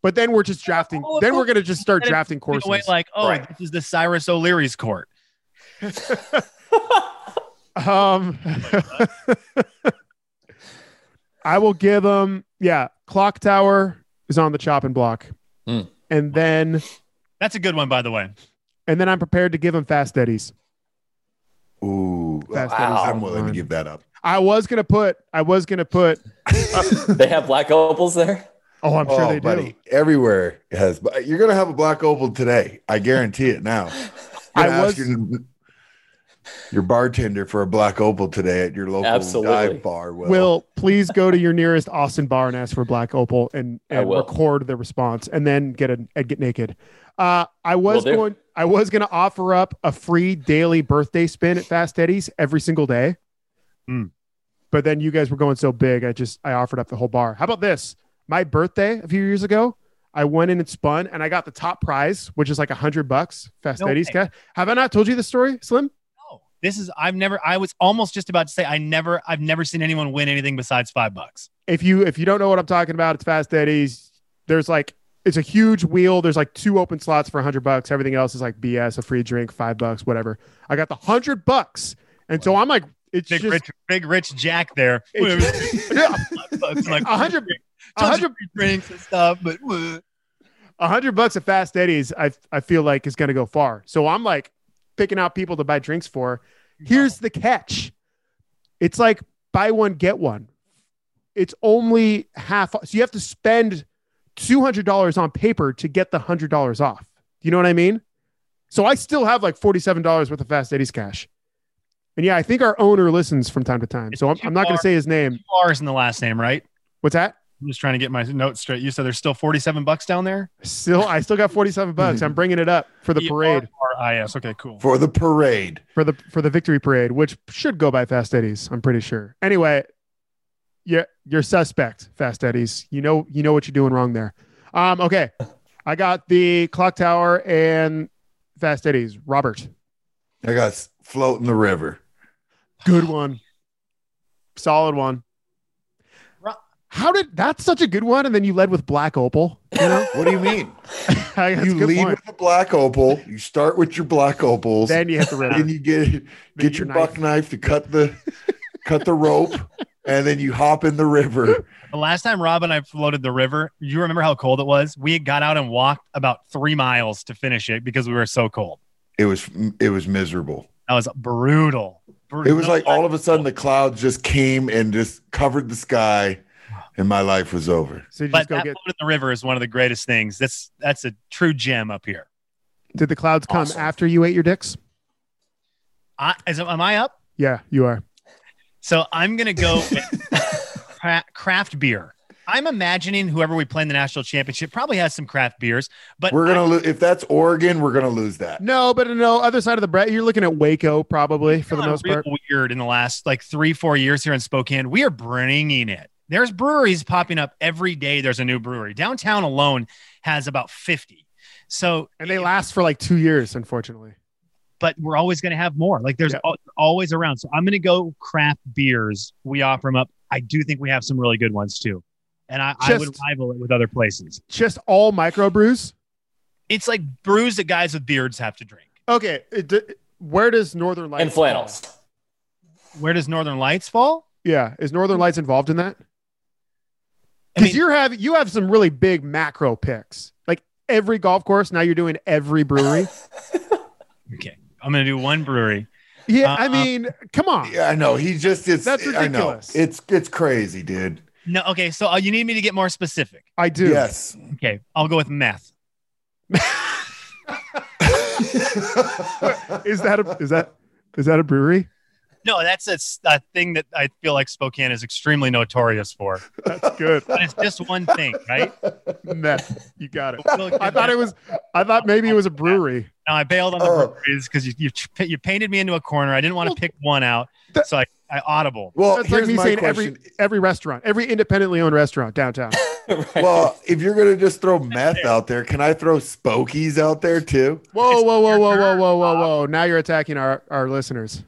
But then we're just drafting. All of Then them. we're gonna just start And it's drafting Take away courses. like, oh, Right. this is the Cyrus O'Leary's court. Um, I will give them. Yeah, clock tower is on the chopping block, Hmm. and then That's a good one, by the way. and then I'm prepared to give them fast eddies. Ooh, Fast wow. I'm willing to give that up. I was gonna put. I was gonna put. they have black opals there. Oh, I'm sure oh, they buddy, do. everywhere has. But you're gonna have a black opal today. I guarantee it now. You're gonna I ask was- your, your bartender for a black opal today at your local Absolutely. dive bar. Will, Will please go to your nearest Austin bar and ask for Black Opal and, I and will. record the response and then get a and get naked. Uh, I was Will do. going I was gonna offer up a free daily birthday spin at Fast Eddie's every single day. Hmm. But then you guys were going so big, I just I offered up the whole bar. How about this? My birthday a few years ago, I went in and spun and I got the top prize, which is like a hundred bucks. Fast No Eddie's way. ca- Have I not told you the story, Slim? No, Oh, this is I've never. I was almost just about to say I never. I've never seen anyone win anything besides five bucks. if you if you don't know what I'm talking about, it's Fast Eddie's. There's like it's a huge wheel. There's like two open slots for hundred bucks. Everything else is like BS, a free drink, five bucks, whatever. I got the hundred bucks, and so I'm like, it's Big just rich, big rich Jack there. it's- yeah, It's like a hundred, a tons of hundred, free drinks and stuff, but uh, a hundred bucks at Fast Eddie's. I I feel like is gonna go far. So I'm like picking out people to buy drinks for. Here's the catch. It's like buy one get one. It's only half, so you have to spend two hundred dollars on paper to get the hundred dollars off. You know what I mean? So I still have like forty-seven dollars worth of Fast Eddie's cash. And yeah, I think our owner listens from time to time. So I'm, I'm not going to say his name. Lars in the last name, right? What's that? I'm just trying to get my notes straight. You said there's still 47 bucks down there Still, I still got forty-seven bucks. I'm bringing it up for the parade. R-I-S. Okay, cool. for the parade. for the for the victory parade, which should go by Fast Eddie's, I'm pretty sure. Anyway, you're you're suspect, Fast Eddie's. You know you know what you're doing wrong there. Um, okay, I got the clock tower and Fast Eddie's. Robert, I got s- float in the river. good one, solid one. Ro- How did that's such a good one, and then you led with Black Opal. You know, What do you mean? That's a you good lead point. with the black opal. You start with your black opals. Then you have to then rip. you get get your your buck knife to cut the cut the rope, and then you hop in the river. The last time Rob and I floated the river, you remember how cold it was? We had got out and walked about three miles to finish it because we were so cold. It was it was miserable. That was brutal. It was like all of a sudden the clouds just came and just covered the sky, and my life was over. So you But just that go float get. in the river is one of the greatest things. That's that's a true gem up here. Did the clouds come Awesome. after you ate your dicks? I, is, am I up? Yeah, you are. So I'm gonna go with cra- craft beer. I'm imagining whoever we play in the national championship probably has some craft beers, but We're gonna lose if that's Oregon. We're gonna lose that. No, but no, other side of the bread, you're looking at Waco probably for the gone most real part. Weird in the last like three, four years here in Spokane, we are bringing it. There's breweries popping up every day. There's a new brewery downtown alone has about fifty. So, And they last for like two years, unfortunately. but we're always going to have more. Like there's Yeah. al- always around. So I'm going to go craft beers. We offer them up. I do think we have some really good ones too, and I, I would Just- rival it with other places. Just all microbrews. It's like brews that guys with beards have to drink. Okay, it, d- where does Northern Lights? and flannels. Where does Northern Lights fall? fall? Yeah, is Northern Lights involved in that? I Because mean- you're having you have some really big macro picks. Like every golf course, now you're doing every brewery. I'm going to do one brewery. yeah, I Uh, mean, come on. Yeah, I know. He just it's That's I know. ridiculous. It's it's crazy, dude. No, okay. So uh, you need me to get more specific. I do. Yes. Okay, I'll go with meth. Is that a, is that Is that a brewery? No, that's a, s- a thing that I feel like Spokane is extremely notorious for. That's good. But it's just one thing, right? Meth. You got it. We'll give I thought that- it was. I thought maybe it was a brewery. No, I bailed on the Oh. breweries because you, you ch- you painted me into a corner. I didn't want Well, to pick one out, that- so I, I audible. Well, That's like here's me my saying question. every every restaurant, every independently owned restaurant downtown. Right. well, if you're gonna just throw meth out there, can I throw Spokies out there too? Whoa, whoa, whoa, whoa, whoa, whoa, whoa, whoa! Now you're attacking our our listeners.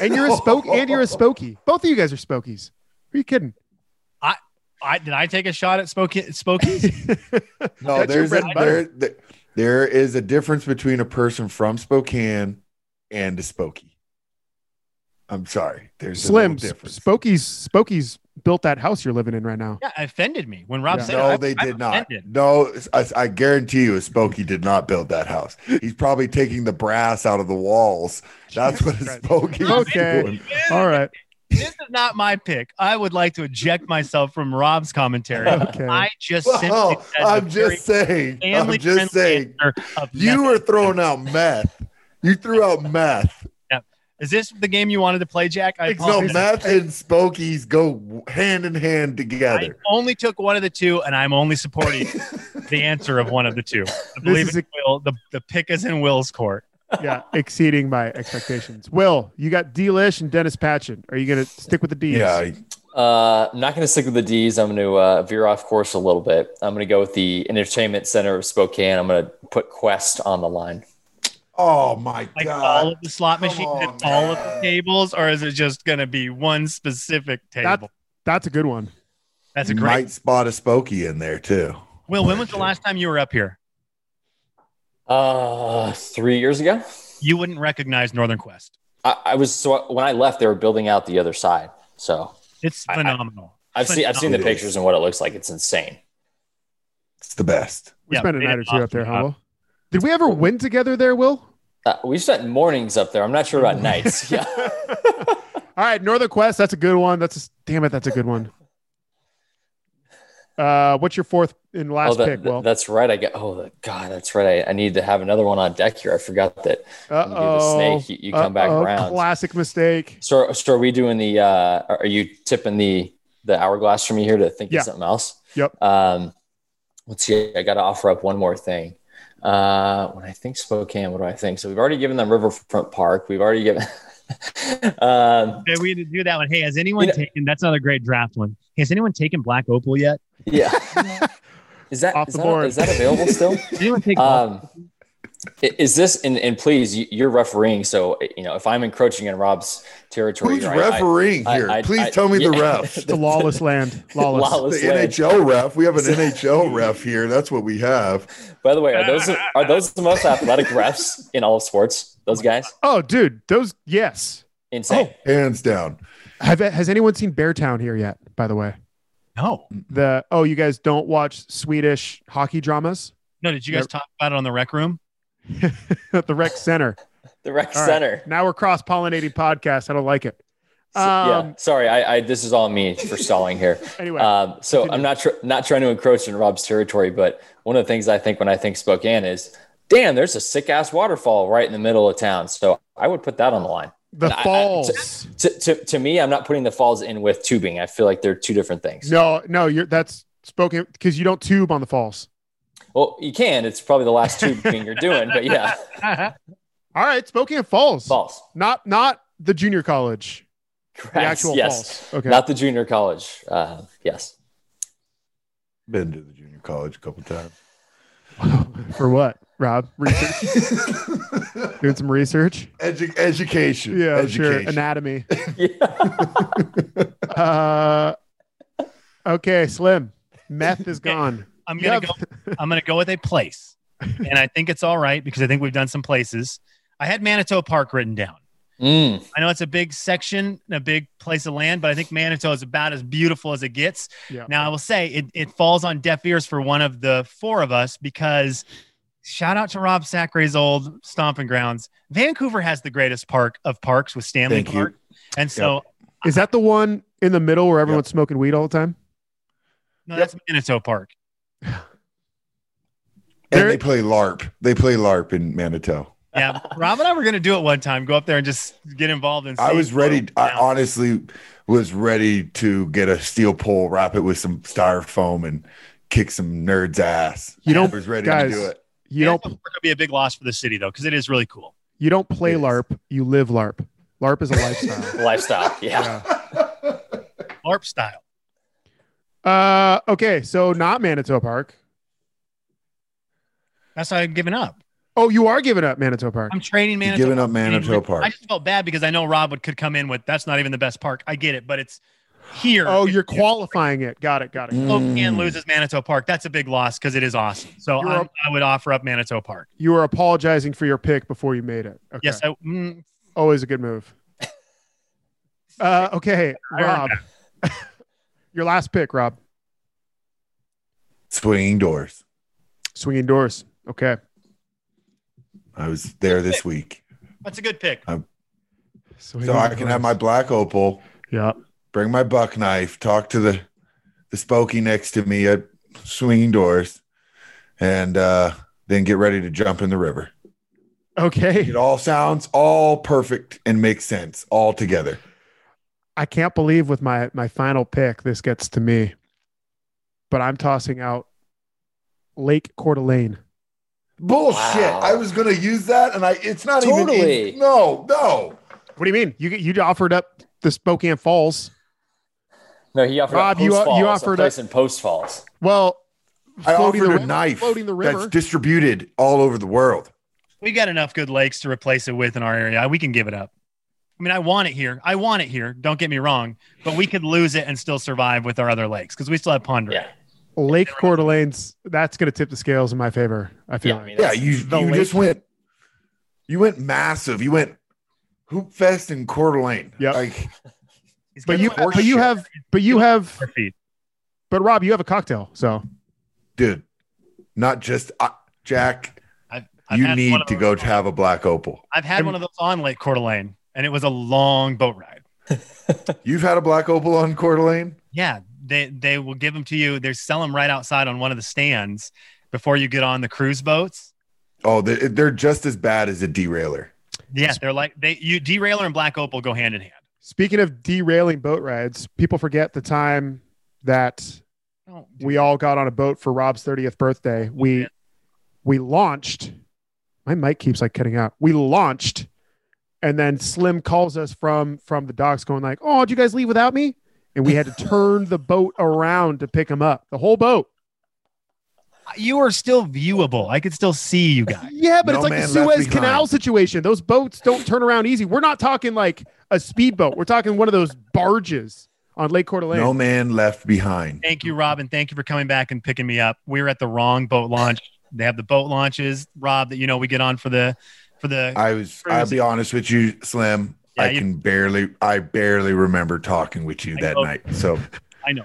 And you're a spoke. And you're a spokey. Both of you guys are spokies. Are you kidding? I did I take a shot at Spokane? Spokane? No, That's your Oh, there's bread a, and there, butter. there there is a difference between a person from Spokane and a Spokie. I'm sorry. There's Slim, a little difference. Spokies, Spokies built that house you're living in right now. yeah, it offended me when Rob Yeah. said it, no, I- they I'm did not. offended. No, I, I guarantee you, a Spokie did not build that house. He's probably taking the brass out of the walls. That's what a Jesus Christ. Spokie was Okay. doing. All right. This is not my pick. I would like to eject myself from Rob's commentary. Okay. I just simply Well, said the Oh, I'm very just saying. I'm family-friendly just saying. answer of You nothing. were throwing out meth. You threw out meth. Is this the game you wanted to play, Jack? I, No, apologize. meth and Spokies go hand in hand I together. only took one of the two, and I'm only supporting the answer of one of the two. I believe is it will. The, the pick is in Will's court. Yeah, exceeding my expectations. Will, you got Delish and Dennis Patchen. Are you gonna stick with the D's? Yeah, Uh, I'm not going to stick with the D's. I'm going to uh, veer off course a little bit. I'm going to go with the Entertainment Center of Spokane. I'm going to put Quest on the line. Oh my Like all god. of the slot come machines on, and all of the man. tables, or is it just going to be one specific table? That's a good one. That's a You great. might spot a Spokey in there too. Will, when was the last time you were up here? Uh, three years ago, You wouldn't recognize Northern Quest. I, I was so when I left, they were building out the other side. So It's I- I- phenomenal. I've seen I've seen the Phenomenal. pictures and what it looks like. It's insane. It's the best. We Yeah, spent a they night did or two up awesome there, job. Humble. Did we ever win together there, Will? Uh, we spent mornings up there. I'm not sure about nights. Yeah. All right, Northern Quest. That's a good one. That's a, damn it. That's a good one. Uh, what's your fourth and Oh, last that- pick? that- Will? that's right. I got. Oh, the- God, that's right. I, I need to have another one on deck here. I forgot that. uh When you do the snake, you, you come back around. Classic mistake. So, so are we doing the? Uh, are you tipping the the hourglass for me here to think Yeah. of something else? Yep. Um, let's see. I got to offer up one more thing. Uh, when I think Spokane, what do I think? So we've already given them Riverfront Park. We've already given. um, Okay, we didn't do that one. Hey, has anyone You know- taken? That's another great draft one. Hey, has anyone taken Black Opal yet? yeah. Is that Off is the that- board. is that available still? Has anyone taken? um, i- is this and, and please you, you're refereeing so you know if i'm encroaching in rob's territory Who's here, I- I- refereeing I- here? I- Please I- tell me the yeah. ref. The lawless land. Lawless. Lawless The land. NHL ref. We have an NHL ref here. That's what we have. by the way are those are those the most athletic refs in all of sports those guys Oh, dude, those. Yes. insane Oh, Hands down. Have, has anyone seen Beartown here yet? By the way, no, the oh, you guys don't watch Swedish hockey dramas no. Did you guys talk about it on the rec room? at the rec center. the rec All right. center Now we're cross pollinating podcasts. I don't like it. S- yeah Um, sorry I, I this is all me for stalling here Anyway, um, so i'm continue. not tr- not trying to encroach in rob's territory but one of the things i think when i think spokane is damn there's a sick ass waterfall right in the middle of town so i would put that on the line the I- I- falls. to, to, to me, I'm not putting the falls in with tubing. I feel like they're two different things. no, no, you're that's spoken because you don't tube on the falls. Well, you can. It's probably the last tubing you're doing, but yeah, All right, Spokane Falls, falls. not not the junior college, Correct. the actual yes. falls. Okay, Not the junior college. Uh, yes. Been to the junior college a couple times. for what, Rob? Research, doing some research. Edu- education. Yeah, sure. education. Anatomy. Yeah. Uh, okay, Slim. Meth is gone. I'm You gonna have- go. I'm gonna go with a place, and I think it's all right because I think we've done some places. I had Manitou Park written down. Mm, I know it's a big section and a big place of land, but I think Manitou is about as beautiful as it gets. Yeah. Now, I will say it, it falls on deaf ears for one of the four of us because shout out to Rob Sacre's old stomping grounds. Vancouver has the greatest park of parks with Stanley Thank you. Park. And so Is that the one in the middle where everyone's smoking weed all the time? no, that's Manitou Park. And There- they play LARP. They play LARP in Manitou. Yeah, Rob and I were going to do it one time. Go up there and just get involved. And I see was ready. I now. honestly was ready to get a steel pole, wrap it with some styrofoam, and kick some nerds' ass. I You don't, was ready guys. to do it. You don't, It's going to be a big loss for the city though, because it is really cool. you don't play Yes. LARP. You live LARP. LARP is a lifestyle. Lifestyle. Yeah. LARP style. uh, okay, so not Manitoba Park. That's why I've given up. Oh, you are giving up Manitoba Park. I'm training You're Manitoba. giving up I mean, Manitoba I Park. just felt bad because I know Rob would could come in with that's not even the best park. I get it, but it's here. Oh, you're qualifying. qualifying it. Got it. Got it. Mm-hmm. Spokane loses Manitou Park. That's a big loss because it is awesome. So You're I'm- up. I would offer up Manitou Park. You were apologizing for your pick before you made it. Okay. Yes, I, mm, Always a good move. Uh, okay, I heard Rob. your last pick, Rob. Swinging doors. Swinging doors. Okay. I was there this week, that's a good pick. Swinging so I can have my doors. black opal. Yeah. Bring my buck knife. Talk to the the spokey next to me at swinging doors, and uh, then get ready to jump in the river. Okay. It all sounds all perfect and makes sense all together. I can't believe with my my final pick this gets to me, but I'm tossing out Lake Coeur d'Alene. Bullshit. Wow. I was going to use that and I it's not even Totally. in- No, no. What do you mean? You you offered up the Spokane Falls. No, he offered Rob, up you- uh, post you falls. offered a place in post falls. Well, I floating offered the a river- knife floating the river. that's distributed all over the world. We got enough good lakes to replace it with in our area. We can give it up. I mean, I want it here. I want it here. Don't get me wrong, but we could lose it and still survive with our other lakes because we still have Ponder. Yeah. Lake Coeur d'Alene's that's going to tip the scales in my favor. I feel Yeah. I like. mean, Yeah, that's- you the you lake- just went you went massive. You went hoop fest in Coeur d'Alene. Yep. Like He's but got you the horse but you shit have but you have on our feet. but Rob you have a cocktail so dude, not just uh, Jack, I've, I've you had one need of to those- go to have a black opal. I've had one of those on Lake Coeur d'Alene, and it was a long boat ride. You've had a black opal on Coeur d'Alene? Yeah, they they will give them to you. They sell them right outside on one of the stands before you get on the cruise boats. Oh, they- they're just as bad as a derailleur. Yeah, they're like they you derailer and black opal go hand in hand. Speaking of derailing boat rides, people forget the time that Oh, we all got on a boat for Rob's 30th birthday. We we launched. My mic keeps like cutting out. We launched and then Slim calls us from from the docks going like, "Oh, did you guys leave without me?" And we had to turn the boat around to pick him up. The whole boat. you are still viewable. I could still see you guys. Yeah, but No it's like the man left Suez Canal behind. situation. Those boats don't turn around easy. We're not talking like a speedboat. We're talking one of those barges on Lake Coeur d'Alene. No man left behind. Thank you, Rob, and thank you for coming back and picking me up. We were at the wrong boat launch. They have the boat launches, Rob, that you know we get on for the for the I was. I'll be honest with you, Slim. Yeah, I you- can barely. I barely remember talking with you that know. night. So I know.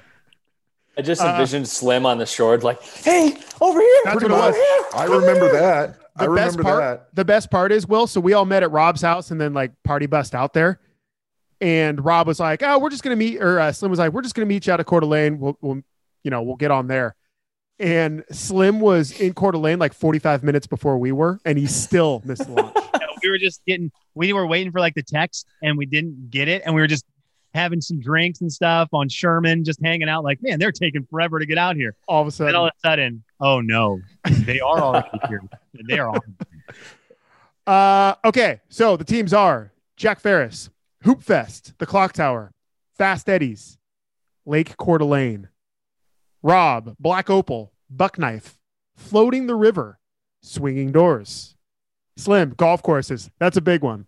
I just Uh, envisioned Slim on the shore, like, hey, over here. That's pretty what much. it was. I remember that. I The best remember part, that. the best part is Will. So we all met at Rob's house and then like party bust out there. And Rob was like, "Oh, we're just gonna meet," or uh, Slim was like, "We're just gonna meet you out of Coeur d'Alene. We'll, we'll, you know, we'll get on there." And Slim was in Coeur d'Alene like 45 minutes before we were, and he still missed the launch. we were just getting we were waiting for like the text and we didn't get it and we were just having some drinks and stuff on Sherman, just hanging out like, man, they're taking forever to get out here. All of a Then all sudden, of a sudden, oh no, they are already here. They are on. uh, okay. So the teams are Jack Ferris, Hoop Fest, The Clock Tower, Fast Eddies, Lake Coeur d'Alene, Rob, Black Opal, Buckknife, Floating the River, Swinging Doors, Slim, Golf Courses. That's a big one.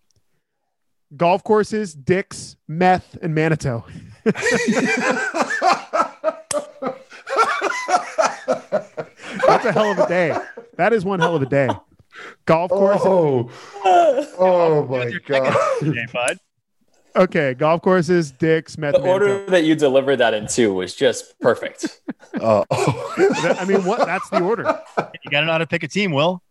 Golf courses, dicks, meth, and Manitou. That's a hell of a day. That is one hell of a day. Golf courses. oh, oh my god! Hey, bud. Okay, golf courses, dicks, meth. The and Manitou. order that you delivered that into was just perfect. Oh. That- I mean, what? That's the order. You got to know how to pick a team, Will.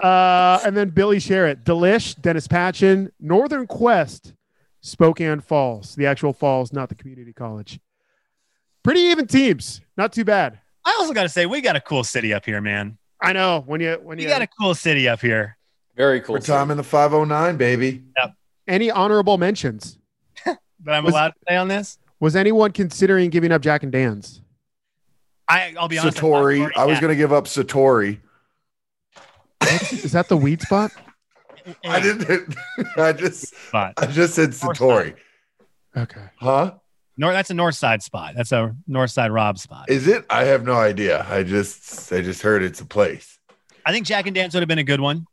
Uh, and then Billy Sherritt, Delish, Dennis Patchin, Northern Quest, Spokane Falls, the actual falls, not the community college. Pretty even teams, not too bad. I also got to say, we got a cool city up here, man. I know when you when We you got a cool city up here. Very cool. We're time in the 509, baby. Any honorable mentions? But I'm Was- allowed to play on this. Was anyone considering giving up Jack and Dan's? I, I'll be honest. I thought we Satori. already I was had going to give up Satori. Is that the weed spot? a I didn't. I just. spot. I just said North Satori. Okay. Huh? Nor, that's a north side spot. That's a north side Rob spot. Is it? I have no idea. I just. I just heard it's a place. I think Jack and Dan's would have been a good one.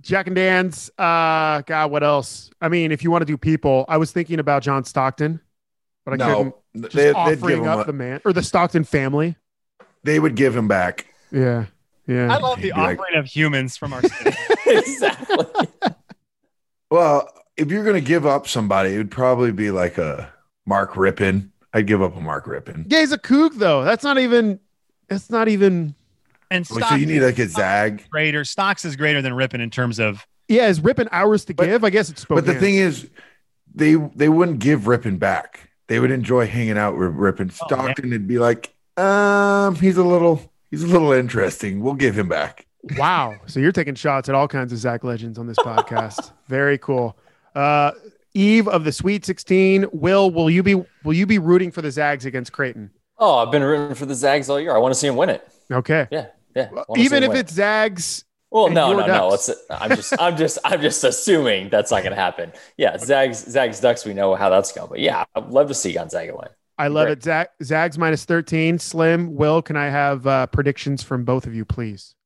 Jack and Dan's. Uh, God, what else? I mean, if you want to do people, I was thinking about John Stockton, but I couldn't. no, Just they, they'd give offering him. up up. the man or the Stockton family. they would give him back. Yeah. I Yeah. love the He'd be like- offering of humans from our city. exactly. Well, if you're going to give up somebody, it would probably be like a Mark Rippin. I'd give up a Mark Rippin. Yeah, he's a kook though. That's not even. That's not even. And Like, Stocks so you need like a Zag. greater. Stocks is greater than Rippin in terms of Yeah, is ripping hours to But- give. I guess it's Spokane. But the thing is, they they wouldn't give Rippin back. They would enjoy hanging out with Rippin. Oh, yeah. Stockton would be like, um, he's a little he's a little interesting. We'll give him back. Wow. So you're taking shots at all kinds of Zach legends on this podcast. Very cool. Uh, Eve of the Sweet 16. Will, will you be will you be rooting for the Zags against Creighton? Oh, I've been rooting for the Zags all year. I want to see him win it. Okay. Yeah, yeah. I wanna see Even him if win. it's Zags, well, and no, your no, no. Ducks. It's, I'm just, I'm just, I'm just assuming that's not going to happen. Yeah, Zags, Zags, Ducks. We know how that's going, but yeah, I'd love to see Gonzaga win. I love Great. it. Zag, Zags minus 13. Slim, Will, can I have uh, predictions from both of you, please?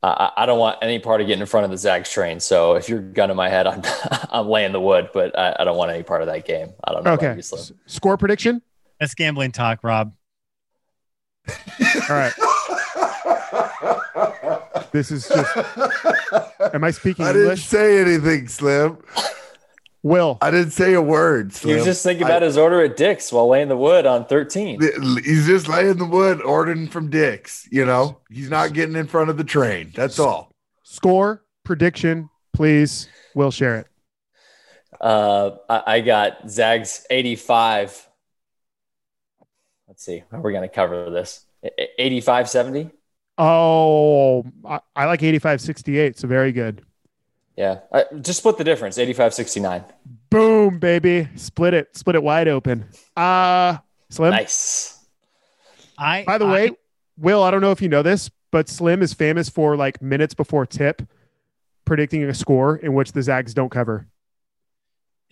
I, I I don't want any part of getting in front of the Zags train. So if you're gunning my head, I'm, I'm laying the wood, but I, I don't want any part of that game. I don't know. about Okay. you, Slim. S- score prediction? that's gambling talk, Rob. All right. This is just, am I speaking I didn't English? say anything, Slim. Will. I didn't say a word, He Slim. was just thinking about his order at Dick's while laying the wood on 13. He's just laying the wood, ordering from Dick's. You know, he's not getting in front of the train. That's all. Score prediction, please. Will share it. Uh, I, I got Zags 85. Let's see. How are we going to cover this? E, 85 70? Oh, I, I like 85 68. So very good. Yeah. I, just split the difference 85 69. Boom, baby. Split it. Split it wide open. Uh, Slim. Nice. I By the I- way, Will, I don't know if you know this, but Slim is famous for like minutes before tip predicting a score in which the Zags don't cover.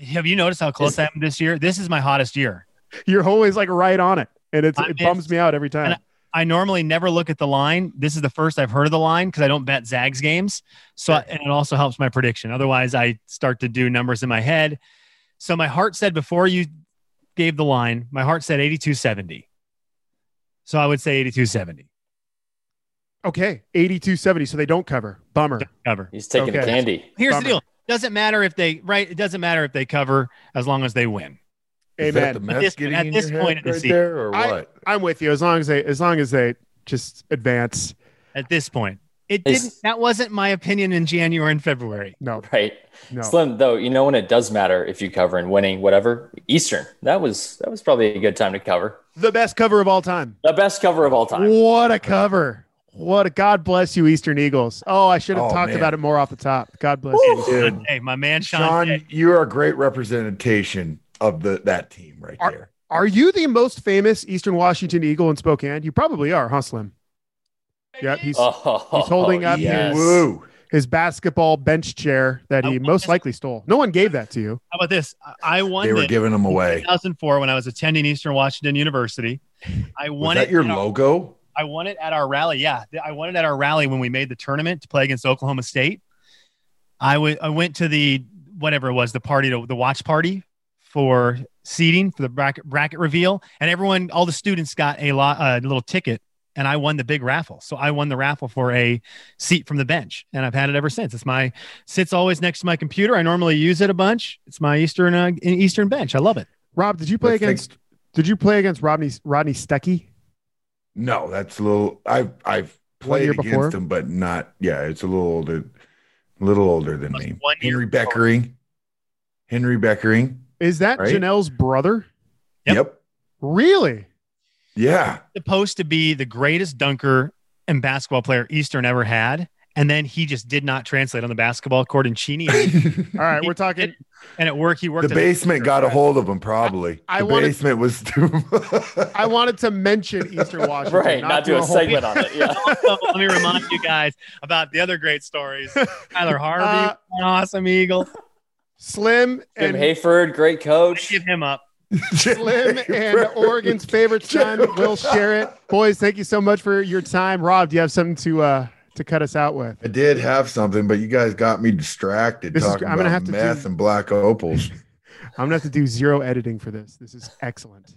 have you noticed how close I am this year? This is my hottest year. You're always like right on it. And it's, I it bums missed- me out every time. I normally never look at the line. This is the first I've heard of the line because I don't bet Zags games. So, and it also helps my prediction. Otherwise, I start to do numbers in my head. So, my heart said before you gave the line, my heart said 8270. So, I would say 8270. Okay. 82 70. So they don't cover. Bummer. Cover. He's taking the Okay. candy. Here's Bummer. the deal. Doesn't matter if they right. It doesn't matter if they cover as long as they win. Is that the Amen. mess this- getting at in this your head point in the right season. there, or I- what? I'm with you. As long as they, as long as they just advance. At this point, it Is- didn't. That wasn't my opinion in January and February. No, Right. no. Slim, though, you know when it does matter if you cover and winning, whatever. Eastern. That was that was probably a good time to cover. The best cover of all time. The best cover of all time. What a cover. What a God bless you, Eastern Eagles. Oh, I should have Oh, talked man. about it more off the top. God bless you. Dude, Hey, my man Sean. Sean, you're a great representation of the that team right Are- there. Are you the most famous Eastern Washington Eagle in Spokane? You probably are, huh, Slim? Yeah, he's Oh, He's holding up his- yes. Woo. his basketball bench chair that I he want most this- likely stole. No one gave that to you. How about this? I- I won They were this giving them away. 2004 when I was attending Eastern Washington University. I Was won that it. your at our- logo? I won it at our rally. Yeah, th- I won it at our rally when we made the tournament to play against Oklahoma State. I wa- I went to the whatever it was the party to the watch party for seating for the bracket bracket reveal, and everyone, all the students got a lot a little ticket, and I won the big raffle. So I won the raffle for a seat from the bench, and I've had it ever since. It's my sits always next to my computer. I normally use it a bunch. It's my Eastern uh, Eastern bench. I love it. Rob, did you play Let's think- against? Did you play against Rodney Rodney Stecky? No, that's a little. I've I've One played year against before? him, but not. Yeah, it's a little older, a little older than It was me. one year Henry Beckering. Henry Beckering. Is that Right. Janelle's brother? Yep. yep. Really? Yeah. supposed to be the greatest dunker and basketball player Eastern ever had. And then he just did not translate on the basketball court in Cheney. And, All right, we're talking. and at work, he worked the at a basement got a hold of him, probably. I- I the wanted- basement was too. I wanted to mention Eastern Washington, right. Not, do a, whole- segment on it. Yeah. So let me remind you guys about the other great stories. Tyler Harvey, Uh, an awesome Eagle. Slim and Jim Hayford, great I coach. give him up. Slim and Oregon's favorite son, Will Sherritt. Boys, thank you so much for your time. Rob, do you have something to uh to cut us out with? I did have something, but you guys got me distracted This is- talking I'm gonna about have to meth do- and black opals. I'm gonna have to do zero editing for this. This is excellent.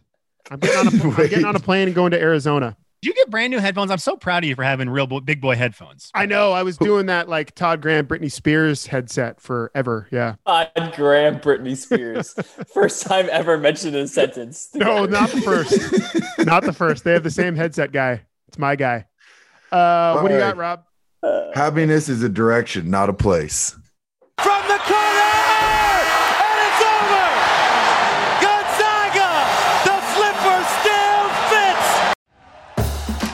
I'm getting on a, pl- I'm getting on a plane and going to Arizona. Did you get brand new headphones? I'm so proud of you for having real bo- big boy headphones. I know. I was doing that like Todd Graham, Britney Spears headset forever. Yeah. Todd Graham, Britney Spears. First time ever mentioned in a sentence. No, not the first. not the first. They have the same headset guy. It's my guy. Uh, what do you All got, Rob? Happiness is a direction, not a place. From the corner! And it's over! Gonzaga! The slipper still fits!